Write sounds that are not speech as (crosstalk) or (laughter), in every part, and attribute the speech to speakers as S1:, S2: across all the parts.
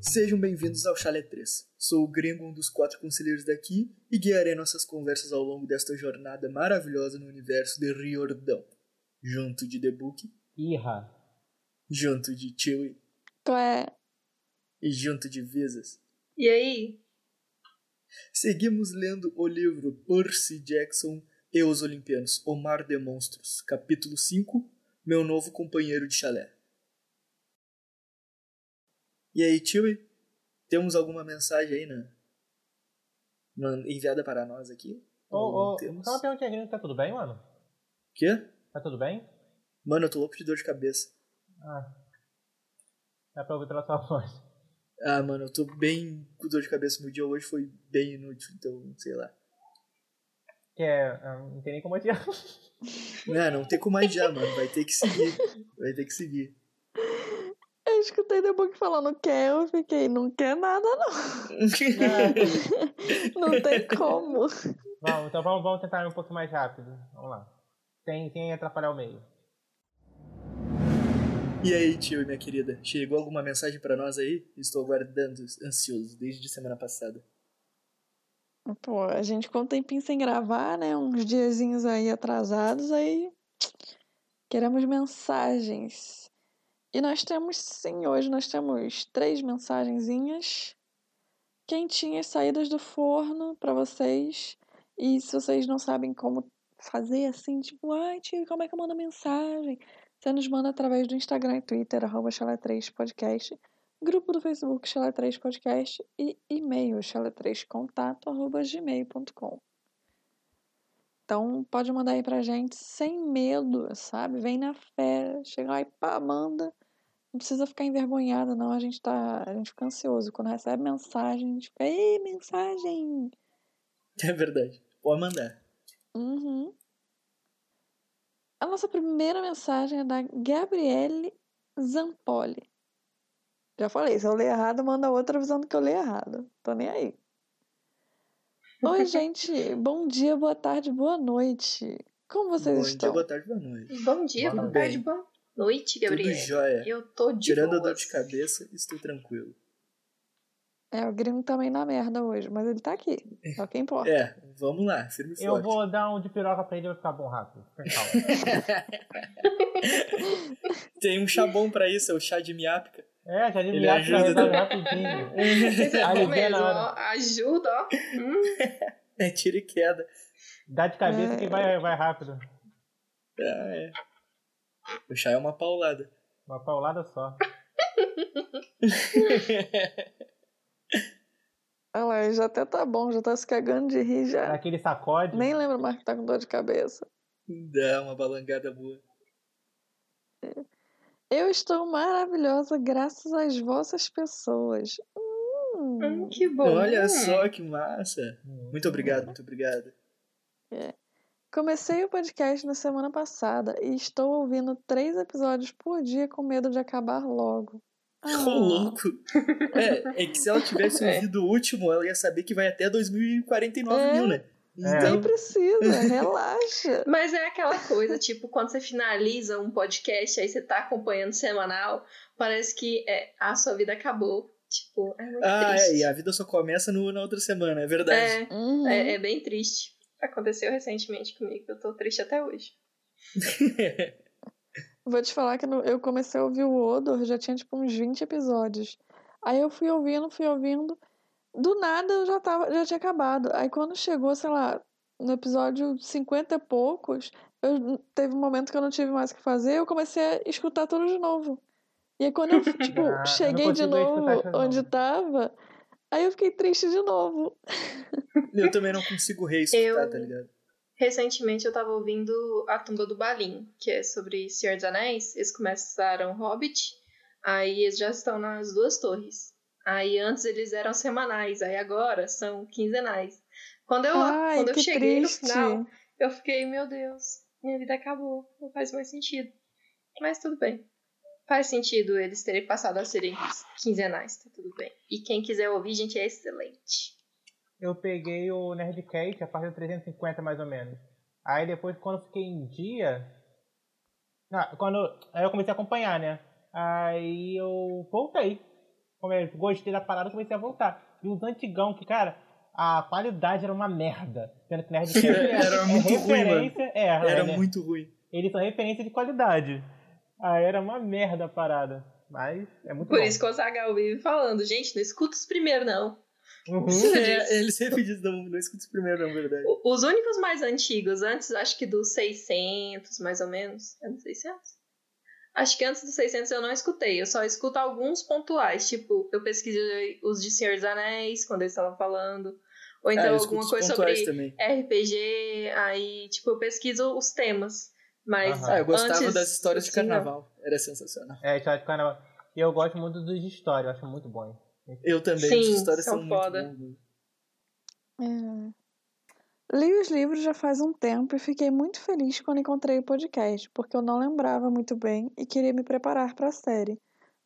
S1: Sejam bem-vindos ao Chalé 3. Sou o Gringo, um dos quatro conselheiros daqui, e guiarei nossas conversas ao longo desta jornada maravilhosa no universo de Riordão. Junto de The Book,
S2: Irra.
S1: junto de Chewie
S3: Tu é.
S1: e junto de Visas,
S4: E aí?
S1: seguimos lendo o livro Percy Jackson e os Olimpianos, O Mar de Monstros, capítulo 5, Meu Novo Companheiro de Chalé. E aí, Chewie, temos alguma mensagem aí, né? Man- Enviada para nós aqui?
S2: Ô,
S1: Ou
S2: ô,
S1: temos?
S2: só uma perguntinha, Gringo, tá tudo bem, mano?
S1: Quê?
S2: Tá tudo bem?
S1: Mano, eu tô louco de dor de cabeça.
S2: Ah. Dá pra ouvir pela sua (laughs) voz.
S1: Ah, mano, eu tô bem com dor de cabeça. Meu dia hoje foi bem inútil, então, sei lá.
S2: Que é. ah, Não tem nem como adiar. (laughs)
S1: Não, Né, não tem como adiar, mano. Vai ter que seguir. Vai ter que
S4: (laughs)
S1: seguir.
S3: Eu escutei depois que falando quer, eu fiquei, não quer nada, não, não tem como.
S2: Vamos, então vamos, vamos tentar um pouco mais rápido. Vamos lá. Sem, sem atrapalhar o meio.
S1: E aí, tio e minha querida? Chegou alguma mensagem pra nós aí? Estou aguardando, ansioso, desde semana passada.
S3: Pô, a gente ficou um tempinho sem gravar, né? Uns diazinhos aí atrasados, aí queremos mensagens. E nós temos, sim, hoje nós temos três mensagenzinhas quentinhas, saídas do forno pra vocês. E se vocês não sabem como fazer assim, tipo, ai, tio, como é que eu mando mensagem? Você nos manda através do Instagram e Twitter, arroba chalé3podcast grupo do Facebook Chalé 3 Podcast e e-mail chalé3contato.gmail.com. Então pode mandar aí pra gente sem medo, sabe? Vem na fé, chega lá e pá, manda. Não precisa ficar envergonhada, não. A gente tá. A gente fica ansioso. Quando recebe mensagem, a gente fica, ei, mensagem!
S1: É verdade. Pode mandar.
S3: Uhum. A nossa primeira mensagem é da Gabriele Zampoli. Já falei, se eu ler errado, manda outra avisando que eu li errado. Tô nem aí.
S1: (laughs)
S3: Oi, gente. Bom dia, boa tarde, boa noite. Como vocês
S1: Bom
S3: estão?
S1: dia, boa tarde, boa noite.
S4: Bom dia,
S2: Tudo
S4: boa tarde,
S1: um bem.
S4: boa noite,
S1: Tudo
S4: Gabriel.
S1: jóia.
S4: Eu tô de
S1: Tirando a
S4: boas.
S1: dor de
S4: (laughs)
S1: cabeça, estou tranquilo.
S3: É, o Gringo também na merda hoje, mas ele tá aqui. É o que importa.
S1: É, vamos lá, firme e
S2: Eu
S1: forte.
S2: vou dar um de piroca pra ele vai ficar bom rápido. Fica
S1: (laughs)
S2: calmo.
S1: Tem um chá bom pra isso, é o chá de miápica.
S2: É, já
S1: Ele
S2: adivinha
S1: ajuda também.
S2: rapidinho.
S4: Vocês são
S2: Alivia
S4: mesmo,
S2: na
S4: ó. Ajuda, ó. Hum,
S1: É tiro e queda.
S2: Dá de cabeça que vai, vai rápido.
S1: Ah, é. O chá é uma paulada.
S2: Uma paulada só.
S3: Olha lá, já até tá bom, já tá se cagando de rir já.
S2: Daquele sacode.
S3: Nem lembro mais que tá com dor de cabeça.
S1: Dá uma balangada boa.
S3: Eu estou maravilhosa graças às vossas pessoas. Hum.
S4: hum, que bom.
S1: Olha só que massa.
S2: Hum.
S1: Muito obrigado, muito obrigado.
S3: Comecei o podcast na semana passada e estou ouvindo três episódios por dia com medo de acabar logo. Ah,
S1: Ô, louco. É, é que se ela
S4: (laughs)
S1: tivesse ouvido o último, ela ia saber que vai até 2049
S3: É.
S1: mil, né?
S2: É.
S3: Nem
S1: Então,
S4: (laughs)
S3: precisa, relaxa.
S4: Mas é aquela coisa, tipo, quando você finaliza um podcast, aí você tá acompanhando semanal, parece que é, a sua vida acabou. Tipo, é muito
S1: ah, é,
S4: triste.
S1: e a vida só começa no- na outra semana, é verdade.
S4: É,
S3: Uhum.
S4: é, é bem triste. Aconteceu recentemente comigo, eu tô triste até hoje.
S3: Vou te falar que no- eu comecei a ouvir o Odor, já tinha tipo uns 20 episódios. Aí eu fui ouvindo, fui ouvindo. Do nada eu já, tava, já tinha acabado. Aí quando chegou, sei lá, no episódio 50 e poucos, eu, teve um momento que eu não tive mais o que fazer, eu comecei a escutar tudo de novo. E aí quando eu, tipo,
S2: (laughs) Ah, eu não
S3: cheguei de
S2: consigo escutar
S3: novo
S2: isso de novo.
S3: onde tava, aí eu fiquei triste de novo.
S1: Eu também não consigo reescutar,
S4: (laughs) Eu-
S1: tá ligado?
S4: Recentemente eu tava ouvindo A Tumba do Balim, que é sobre Senhor dos Anéis. Eles começaram Hobbit, aí eles já estão nas duas torres. Aí antes eles eram semanais, aí agora são quinzenais. Quando eu,
S3: Ai,
S4: quando eu
S3: que
S4: cheguei
S3: triste.
S4: no final, eu fiquei, meu Deus, minha vida acabou, não faz mais sentido. Mas tudo bem. Faz sentido eles terem passado a serem quinzenais, tá tudo bem. E quem quiser ouvir, gente, é excelente.
S2: eu peguei o Nerdcast a partir do 350 mais ou menos. Aí depois, quando eu fiquei em dia. Não, quando, aí eu comecei a acompanhar, né? Aí eu voltei. como eu gostei da parada, eu comecei a voltar. E os antigão, que, cara, a qualidade era uma merda. Sendo que Nerd Cast
S1: Era muito ruim, mano.
S2: referência- É,
S1: Era
S2: né?
S1: muito ruim.
S2: Eles são referência de qualidade. Ah, era uma merda a parada. Mas é muito
S4: Por
S2: bom.
S4: isso que o Azaghal vive falando, gente, não escuta os primeiros, não.
S2: Uhum.
S4: (laughs)
S1: É, eles sempre dizem, não, não escuta os primeiros, na verdade.
S4: O- Os únicos mais antigos, antes acho que dos 600, mais ou menos. É dos 600? Acho que antes dos 600 eu não escutei. Eu só escuto alguns pontuais. Tipo, eu pesquisei os de Senhor dos Anéis, quando eles estavam falando. Ou então
S1: ah, eu escuto
S4: alguma
S1: os
S4: coisa
S1: pontuais
S4: sobre
S1: também.
S4: RPG. Aí, tipo, eu pesquiso os temas. Mas
S2: Aham.
S1: Ah, eu gostava
S4: antes,
S1: das histórias de
S4: assim, não.
S1: carnaval. Era sensacional.
S2: É, história de carnaval. E eu gosto muito dos de história, eu acho muito bom.
S1: Eu também,
S4: Sim,
S1: as histórias
S4: são
S1: são,
S4: foda.
S1: muito boas.
S3: É. Li os livros já faz um tempo e fiquei muito feliz quando encontrei o podcast, porque eu não lembrava muito bem e queria me preparar para a série.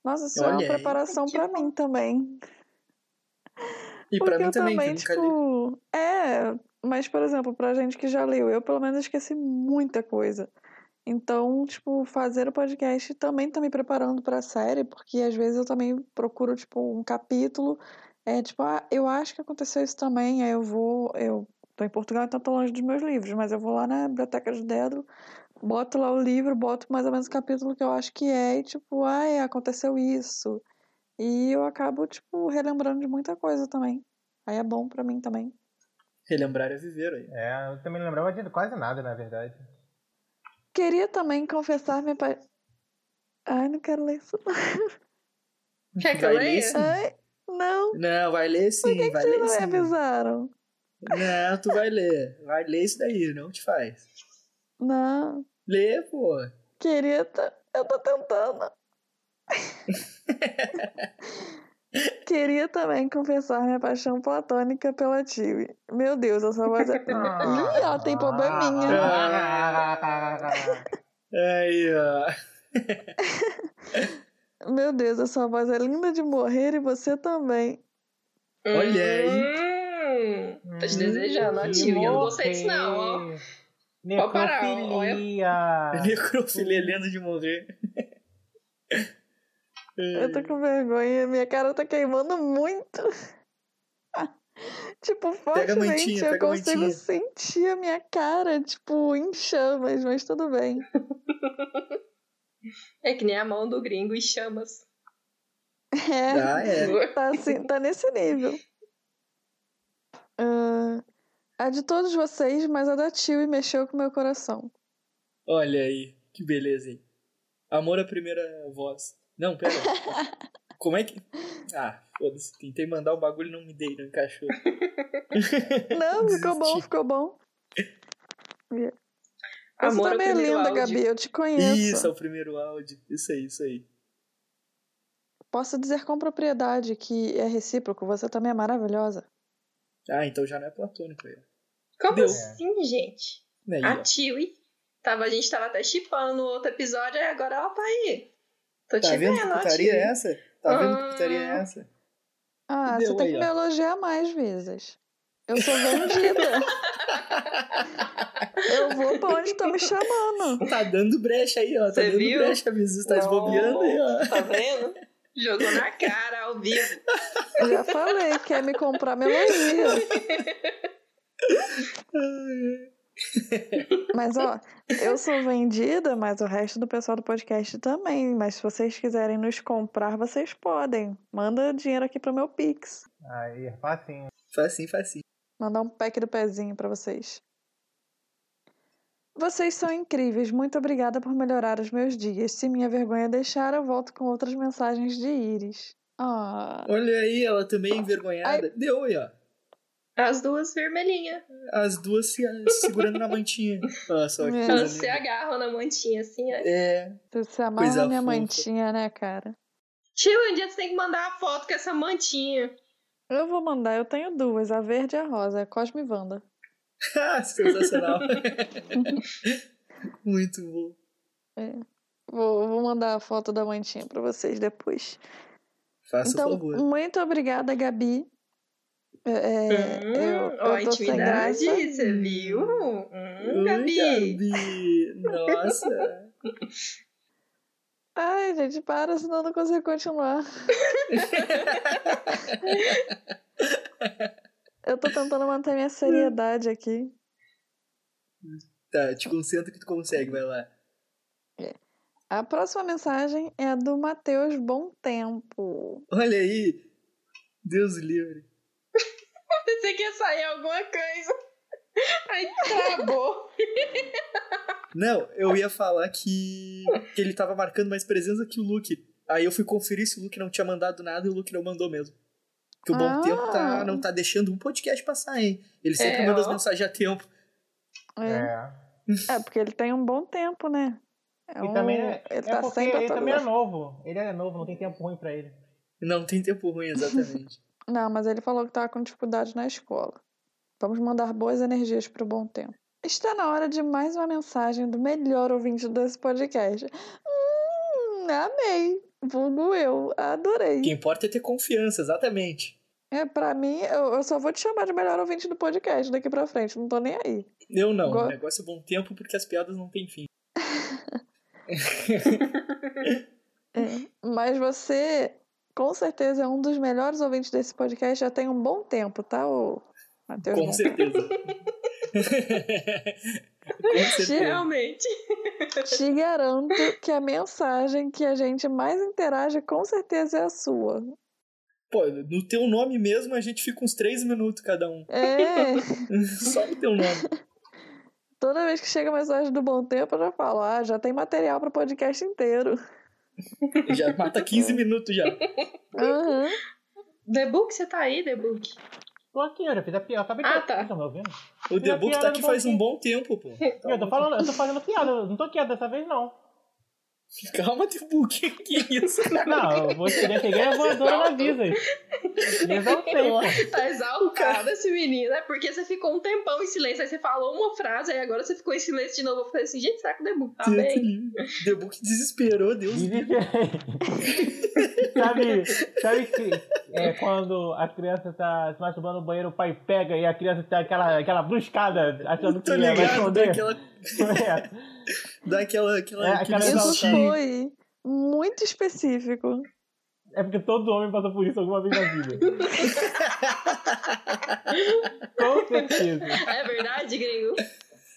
S3: Nossa, isso é
S1: Olha
S3: uma
S1: aí.
S3: preparação
S4: Que
S3: para
S4: bom.
S3: mim também.
S1: E pra
S3: Porque
S1: mim também, que
S3: eu
S1: eu
S3: também,
S1: nunca li.
S3: tipo. É, mas, por exemplo, pra gente que já leu, eu pelo menos esqueci muita coisa. Então, tipo, fazer o podcast também tá me preparando pra série, porque às vezes eu também procuro, tipo, um capítulo. É, tipo, ah, eu acho que aconteceu isso também, aí eu vou. Eu tô em Portugal, então tô longe dos meus livros, mas eu vou lá na biblioteca de Dédalo, boto lá o livro, boto mais ou menos o capítulo que eu acho que é, e tipo, ah, é, aconteceu isso. E eu acabo, tipo, relembrando de muita coisa também. Aí é bom pra mim também.
S1: Relembrar é viver aí.
S2: É, eu também não lembrava de quase nada, na verdade.
S3: Queria também confessar minha. Pa... Ai, não quero ler isso. não.
S4: Quer que eu
S1: vai
S4: leia?
S1: ler sim.
S3: Ai, não.
S1: Não, vai ler sim, vai
S3: Vocês
S1: ler
S3: não me
S1: sim.
S3: avisaram.
S1: Não, tu vai ler. Vai ler isso daí, não te faz.
S3: Não.
S1: Lê, pô.
S3: Queria. ta- Eu
S1: (laughs)
S3: tô tentando. Queria também confessar minha paixão platônica pela Tilly. Meu Deus, é, eu só vou. dizer- Ih,
S4: Ah,
S3: ó, Ah, tem probleminha.
S2: Ah.
S1: Aí, ó.
S3: Meu Deus, a sua voz é linda de morrer e você também.
S1: Olha
S4: aí. Tá te desejando,
S2: Hum,
S4: ó, tio. Eu não gostei disso, não, ó. Pode parar, ó.
S2: Necrofilia.
S1: Necrofilia lendo de morrer.
S3: Eu tô com vergonha. Minha cara tá queimando muito. (laughs) tipo,
S1: Pega a
S3: fortemente
S1: mantinha,
S3: eu
S1: pega a
S3: consigo
S1: mantinha.
S3: sentir a minha cara, tipo, em chamas, mas tudo bem.
S4: É que nem a mão do gringo e chamas.
S3: É, (laughs)
S1: Ah, é.
S3: tá, assim, tá nesse nível. Ah, a de todos vocês, mas a da Tio mexeu com o meu coração.
S1: Olha aí, que beleza, hein? Amor à primeira voz. Não, pera. Como é que. Ah, foda-se. Tentei mandar o bagulho e não me dei, não encaixou.
S3: Não, ficou bom,
S1: Desisti.
S3: ficou bom. Você
S4: Amor ao
S3: também é
S4: primeiro
S3: linda,
S4: áudio.
S3: Gabi, eu te conheço.
S1: Isso, é o primeiro áudio. Isso aí, isso aí.
S3: Posso dizer com propriedade que é recíproco, você também é maravilhosa.
S1: Ah, então já não é platônico aí.
S4: Como
S1: Deu.
S4: assim, gente?
S1: Aí,
S4: A
S3: Ah,
S1: ó.
S4: Tiwi. Tava, a gente tava até chipando no outro episódio, e agora ela tá aí. Tô
S1: Tá
S4: te
S3: um
S1: vendo que
S4: vendo, ó,
S1: putaria
S4: Tiwi.
S1: é essa? Tá vendo que
S4: Ah.
S1: putaria é essa?
S3: Ah,
S1: Deu
S3: você tem
S1: aí, ó.
S3: que me elogiar mais vezes. Eu sou
S1: (laughs)
S3: vendida. eu vou pra onde estão me chamando.
S1: Tá dando brecha aí, ó. Tá
S4: Cê
S1: dando
S4: viu?
S1: brecha, Bizu. Tá esbobeando aí, ó.
S4: Tá vendo? Jogou na cara, ao vivo.
S3: Já falei, quer me comprar me elogia. Mas ó, eu sou vendida, mas o resto do pessoal do podcast também. Mas se vocês quiserem nos comprar, vocês podem. Manda dinheiro aqui pro meu Pix.
S2: Aí, é facinho.
S1: Faz sim, faz sim.
S3: Mandar um pack do pezinho pra vocês. Vocês são incríveis. Muito obrigada por melhorar os meus dias. Se minha vergonha deixar, eu volto com outras mensagens de Iris. Ah,
S1: Olha aí, ela também é envergonhada. Deu aí, ó.
S4: As duas vermelhinhas.
S1: As duas se, segurando na mantinha. Olha só que
S3: É.
S1: coisa
S4: Elas se
S1: linda.
S4: agarram na mantinha, assim, ó.
S1: É, (laughs)
S3: tu se amarra
S1: Coisa
S3: minha
S1: fofa.
S3: mantinha, né, cara?
S4: Tiwi, um dia você tem que mandar a foto com essa mantinha.
S3: Eu vou mandar, eu tenho duas, a verde e a rosa, É Cosme e Wanda.
S1: Ah, sensacional. (laughs) Muito bom.
S3: Vou, vou mandar a foto da mantinha pra vocês depois.
S1: Faça
S3: Então,
S1: favor.
S3: muito obrigada, Gabi. É, é,
S4: Hum,
S3: eu,
S4: ó,
S3: eu tô sem graça.
S4: você viu? Hum,
S1: Oi,
S4: Gabi.
S1: Gabi. Nossa.
S3: Ai, gente, para, senão eu não
S2: (laughs)
S3: consigo continuar. eu tô tentando manter minha seriedade aqui.
S1: Tá, te concentra que tu consegue, vai lá.
S3: A próxima mensagem é a do Matheus Bom Tempo.
S1: Olha aí! Deus livre.
S4: Pensei que ia sair alguma coisa. Aí travou.
S1: Não, eu ia falar que, que ele tava marcando mais presença que o Luke. Aí eu fui conferir se o Luke não tinha mandado nada e o Luke não mandou mesmo. Que o Bom
S3: Ah.
S1: Tempo tá, não tá deixando um podcast passar, hein? Ele sempre
S4: É,
S1: manda
S4: ó.
S1: as mensagens a tempo.
S3: É.
S2: É.
S3: É, porque ele tem um bom tempo, né? É
S2: E
S3: um-
S2: também é,
S3: ele
S2: é
S3: tá
S2: porque
S3: sempre
S2: ele também é
S3: atualizado.
S2: novo. Ele é novo, não tem tempo ruim pra ele.
S1: Não tem tempo ruim, exatamente.
S3: Não, mas ele falou que tava com dificuldade na escola. Vamos mandar boas energias pro bom tempo. Está na hora de mais uma mensagem do melhor ouvinte desse podcast. Hum, amei. Vulgo eu, adorei.
S1: o que importa é ter confiança, exatamente.
S3: É, pra mim, eu, eu só vou te chamar de melhor ouvinte do podcast daqui pra frente, não tô nem aí.
S1: Eu não.
S3: Go-
S1: O negócio é bom tempo porque as piadas não têm fim. É.
S3: Mas você, com certeza, é um dos melhores ouvintes desse podcast já tem um bom tempo, tá, ô Matheus?
S1: Com
S3: Bom?
S1: certeza. Com certeza.
S4: Realmente.
S3: Te garanto que a mensagem que a gente mais interage com certeza é a sua.
S1: Pô, no teu nome mesmo a gente fica uns três minutos cada um. (laughs)
S3: É,
S1: Só no teu nome.
S3: toda vez que chega a mensagem do bom tempo, eu já falo, ah, já tem material pro podcast inteiro.
S1: Já mata 15 minutos já.
S3: Aham.
S4: The Book, você tá aí, The Book?
S2: Tô aqui, eu já fiz a piada. Acabei de
S4: Ah,
S2: fazer,
S4: tá.
S2: vocês estão me ouvindo?
S1: O
S2: E
S1: The
S2: a
S1: Book tá
S2: piada
S1: aqui
S2: do
S1: faz um
S2: Bonfim?
S1: bom tempo, pô.
S2: eu, tô falando, eu tô fazendo piada, eu não tô quieto dessa vez,
S4: (laughs)
S2: não.
S1: Calma, The Book. Que isso?
S2: Não, eu vou eu já peguei a voadora na Visa.
S4: (laughs)
S2: Me exaltei, pô.
S4: Tá exaltado esse menino, é porque você ficou um tempão em silêncio, aí você falou uma frase, aí agora você ficou em silêncio de novo. Eu falei assim, gente, será que o The Book tá
S1: Deus
S4: bem?
S1: livre. The Book desesperou, Deus. livre.
S2: Desesperei. (laughs) sabe, sabe que é, quando a criança tá se masturbando no banheiro, o pai pega e a criança tá aquela, aquela bruscada achando que
S1: Tô
S2: vai
S1: tá ligado, dá
S2: esconder. (laughs)
S1: aquela.
S2: É.
S1: Dá aquela. aquela,
S2: É,
S1: aquele
S2: aquela
S3: Isso
S1: sustinho.
S2: exaltado.
S3: foi muito específico.
S2: É porque todo homem passa por isso alguma vez na
S1: (laughs)
S2: vida. Com certeza.
S4: É
S1: (laughs)
S4: verdade, gringo?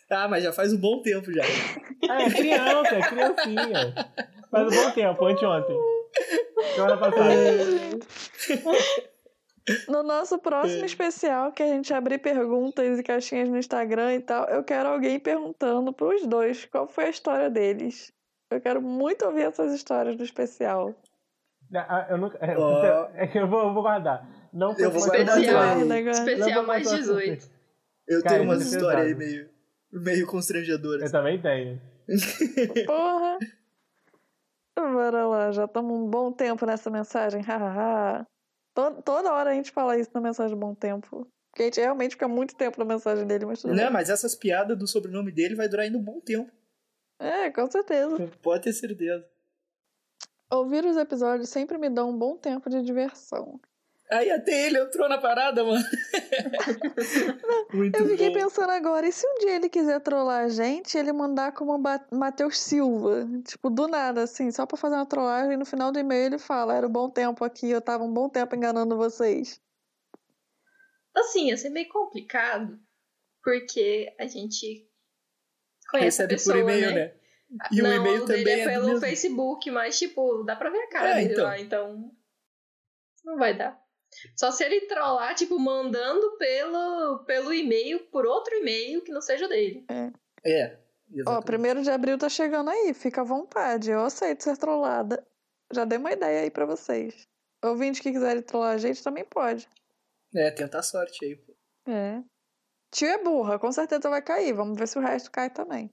S1: Ah, mas já faz um bom tempo já.
S2: Ah, é criança, é criancinha. Faz um bom tempo, anteontem. Semana passada.
S3: No nosso próximo especial, que a gente abrir perguntas e caixinhas no Instagram e tal, eu quero alguém perguntando pros dois qual foi a história deles. Eu quero muito ouvir essas histórias do especial.
S2: Ah, Eu nunca. é,
S1: Ó.
S2: é que eu vou, eu vou guardar. Não foi
S1: Eu vou
S2: uma-
S1: guardar
S4: Especial.
S1: também.
S3: Legal.
S4: Especial
S2: Lembra
S4: mais
S1: assim.
S2: quanto eu
S4: 18.
S1: Eu
S2: Cara,
S1: tenho umas
S2: isso é
S1: histórias aí
S2: pesado.
S1: meio, meio
S2: Eu
S1: constrangedoras.
S2: também tenho.
S3: Porra! Bora lá, já estamos um bom tempo nessa mensagem. hahaha. To- Toda hora a gente fala isso na mensagem do bom tempo. Porque a gente realmente fica muito tempo na mensagem dele,
S2: É.
S3: mas tudo
S1: Não,
S3: bem.
S1: Né, mas essas piadas do sobrenome dele vai durar ainda um bom tempo.
S3: É, com certeza.
S1: Pode ter certeza.
S3: Ouvir os episódios sempre me dá um bom tempo de diversão.
S1: Aí até ele entrou na parada, mano. Muito
S3: Eu fiquei
S1: bom.
S3: pensando agora, e se um dia ele quiser trollar a gente, ele mandar como Ba- Matheus Silva? Tipo, do nada, assim, só pra fazer uma trollagem, e no final do e-mail ele fala, era um bom tempo aqui, eu tava um bom tempo enganando vocês.
S4: Assim, ia ser meio complicado, porque a gente conhece a
S1: Recebe
S4: pessoa,
S1: por e-mail,
S4: né?
S1: né? E o
S4: Não,
S1: e-mail
S4: dele
S1: também
S4: é
S1: é do
S4: pelo
S1: mesmo.
S4: Facebook, mas tipo, dá pra ver a cara
S1: É,
S4: dele
S1: então.
S4: lá, então não vai dar. Só se ele trollar, tipo, mandando pelo, pelo e-mail, por outro e-mail que não seja o dele.
S1: É.
S3: Ó,
S1: exatamente.
S3: primeiro de abril tá chegando aí, fica à vontade, eu aceito ser trollada. Já dei uma ideia aí pra vocês. Ouvinte que quiserem trollar a gente também pode.
S1: É, tenta a sorte aí. pô.
S3: É. Tio é burra, com certeza vai cair. Vamos ver se o resto cai também.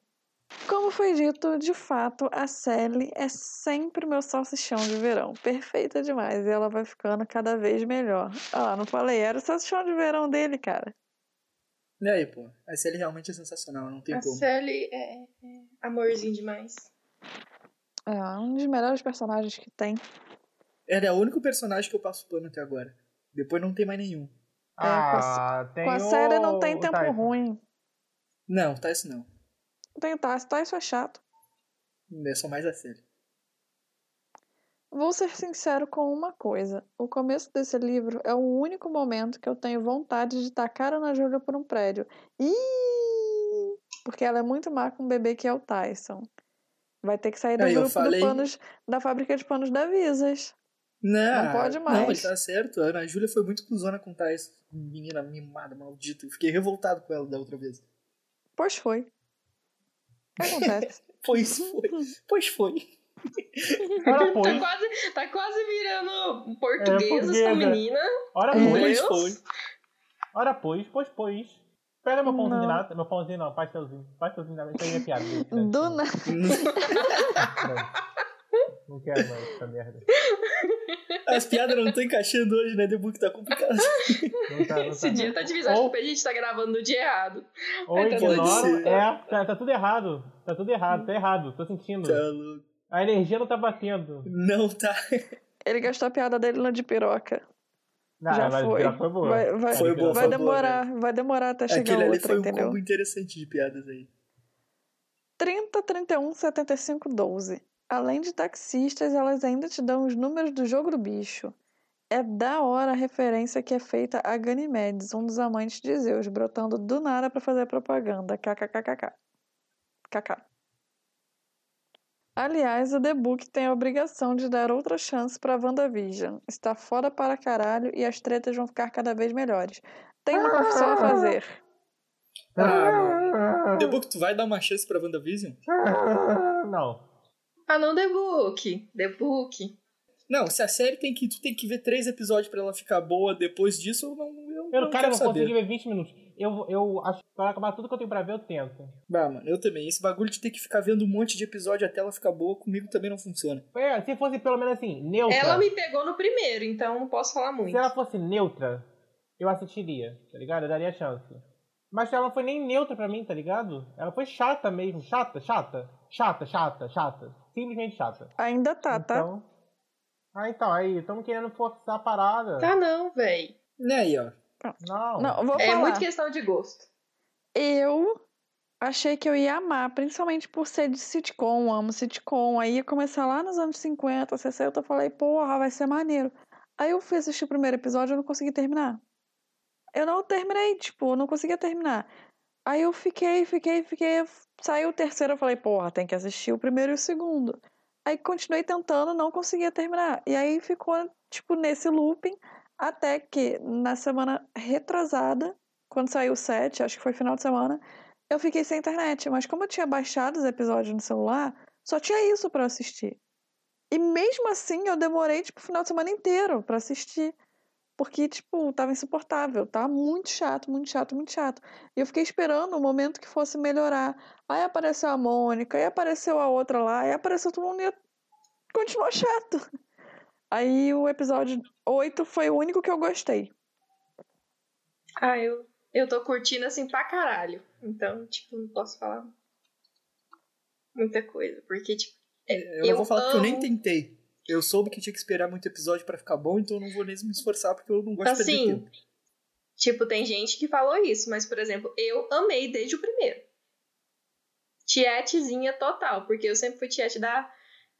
S3: Como foi dito, de fato, a Sally é sempre meu salsichão de verão. Perfeita demais. E ela vai ficando cada vez melhor. Ah, não falei, era o salsichão de verão dele, cara.
S1: E aí, pô? A série realmente é sensacional, não tem
S4: A
S1: como.
S4: Sally é, é amorzinho demais.
S3: É um dos melhores personagens que tem.
S1: Ela é o único personagem que eu passo pano até agora. Depois não tem mais nenhum.
S3: É, com
S2: Ah, tem
S3: Com a
S2: o-
S3: Sally não tem
S2: o
S3: tempo
S2: Tyson.
S3: ruim.
S1: Não, tá isso não.
S3: Tem o Tyson, Tyson é chato.
S1: É só mais a série.
S3: Vou ser sincero com uma coisa. O começo desse livro é o único momento que eu tenho vontade de tacar a Ana Júlia por um prédio. Ih! Porque ela é muito má com o bebê que é o Tyson. Vai ter que sair do
S1: Aí, eu
S3: grupo do
S1: falei-
S3: panos- da fábrica de panos da Visas.
S1: Não,
S3: Não pode
S1: Não,
S3: mais.
S1: ele tá certo. A Ana Júlia foi muito cuzona com tais menina mimada, maldita. Eu fiquei revoltado com ela da outra vez.
S3: Pois foi. O que
S1: (laughs)
S3: acontece? (laughs)
S1: Pois foi. Pois foi. (laughs)
S2: Ora,
S4: Tá
S2: pois.
S4: quase, tá quase virando
S1: É,
S4: portuguesa
S2: portuguesa.
S1: né?
S4: essa menina.
S2: Ora,
S3: É.
S2: pois.
S1: Pois
S4: Deus.
S1: foi.
S2: Ora, pois, pois, pois. Pega meu pãozinho de
S3: Não.
S2: nata. Meu pãozinho não, pastelzinho. Pastelzinho da Isso aí é piada. gente.
S3: Do nada.
S2: Não, não quero mais essa merda.
S1: As piadas não estão encaixando hoje, né? Debu que tá
S3: (laughs)
S1: complicado.
S2: Não tá, não tá.
S4: Esse dia tá divisado. Acho
S1: Oh.
S2: Ou-
S4: que a gente tá gravando no dia errado.
S2: Ou
S4: Ai, tá
S1: doido.
S2: ignoro. É, tá, tá tudo errado. Tá tudo errado, tá errado. Tô sentindo.
S1: Tá louco.
S2: A energia não tá batendo.
S1: Não tá.
S3: Ele gastou a piada dele no de piroca.
S2: Não,
S3: Já
S2: mas
S3: foi.
S2: pior que foi boa.
S3: Vai, vai,
S1: Foi boa,
S3: vai
S1: foi boa, né?
S3: demorar. Vai demorar até chegar
S1: Aquele ali
S3: outra,
S1: foi um
S3: entendeu?
S1: combo interessante de piadas aí.
S3: 30, 31, 75, 12. Além de taxistas, elas ainda te dão os números do jogo do bicho. É da hora a referência que é feita a Ganimedes, um dos amantes de Zeus, brotando do nada pra fazer propaganda. KKKKK. KK. Aliás, o The Book tem a obrigação de dar outra chance pra WandaVision. Está foda para caralho e as tretas vão ficar cada vez melhores. Tem uma confissão a fazer.
S1: Ah, mano. Debu, que tu vai dar uma chance pra WandaVision?
S2: Não.
S4: Ah, não, The Book. The Book.
S1: Não, se a série tem que. Tu tem que ver três episódios pra ela ficar boa depois disso, eu não. Eu, não
S2: Eu, cara, eu
S1: quero
S2: não
S1: saber.
S2: consegui ver 20 minutos. Eu, eu acho que pra acabar tudo que eu tenho pra ver, eu tento.
S1: Bah, mano, eu também. Esse bagulho de ter que ficar vendo um monte de episódio até ela ficar boa, comigo também não funciona.
S2: É, se fosse pelo menos assim, neutra.
S4: Ela me pegou no primeiro, então não posso falar
S2: Se
S4: muito.
S2: ela fosse neutra, eu assistiria, tá ligado? Eu daria a chance. Mas ela não foi nem neutra pra mim, tá ligado? Ela foi chata mesmo. Chata, chata. Chata, chata, chata. Simplesmente chata.
S3: Ainda tá, tá?
S2: Então... Ah, então, aí, estamos querendo forçar a parada.
S4: Tá não, véi.
S1: Né aí, ó.
S2: Não.
S3: Não, vou
S4: É
S3: falar.
S4: muito questão de gosto.
S3: Eu achei que eu ia amar, principalmente por ser de sitcom, amo sitcom. Aí ia começar lá nos anos 50, 60, eu falei, porra, vai ser maneiro. Aí eu fui assistir o primeiro episódio e eu não consegui terminar. Eu não terminei, tipo, eu não conseguia terminar. Aí eu fiquei, fiquei, fiquei. Saiu o terceiro, eu falei, porra, tem que assistir o primeiro e o segundo. Aí continuei tentando, não conseguia terminar. E aí ficou, tipo, nesse looping, até que na semana retrasada, quando saiu o 7, acho que foi final de semana, eu fiquei sem internet. Mas como eu tinha baixado os episódios no celular, só tinha isso pra eu assistir. E mesmo assim, eu demorei, tipo, o final de semana inteiro pra assistir. Porque, tipo, tava insuportável, tá? Muito chato, muito chato, muito chato. E eu fiquei esperando o momento que fosse melhorar. Aí apareceu a Mônica, aí apareceu a outra lá, aí apareceu todo mundo e eu- continuou chato. Aí o episódio 8 foi o único que eu gostei.
S4: Ah, eu, eu tô curtindo assim pra caralho. Então, tipo, não posso falar muita coisa. Porque, tipo,
S1: Eu, não
S4: Eu
S1: vou falar porque eu nem
S4: amo.
S1: tentei. Eu soube que tinha que esperar muito episódio pra ficar bom, então eu não vou nem me esforçar porque eu não gosto de perder
S4: Assim,
S1: tempo.
S4: tipo, tem gente que falou isso, mas, por exemplo, eu amei desde o primeiro. Tietezinha total, porque eu sempre fui tiete da.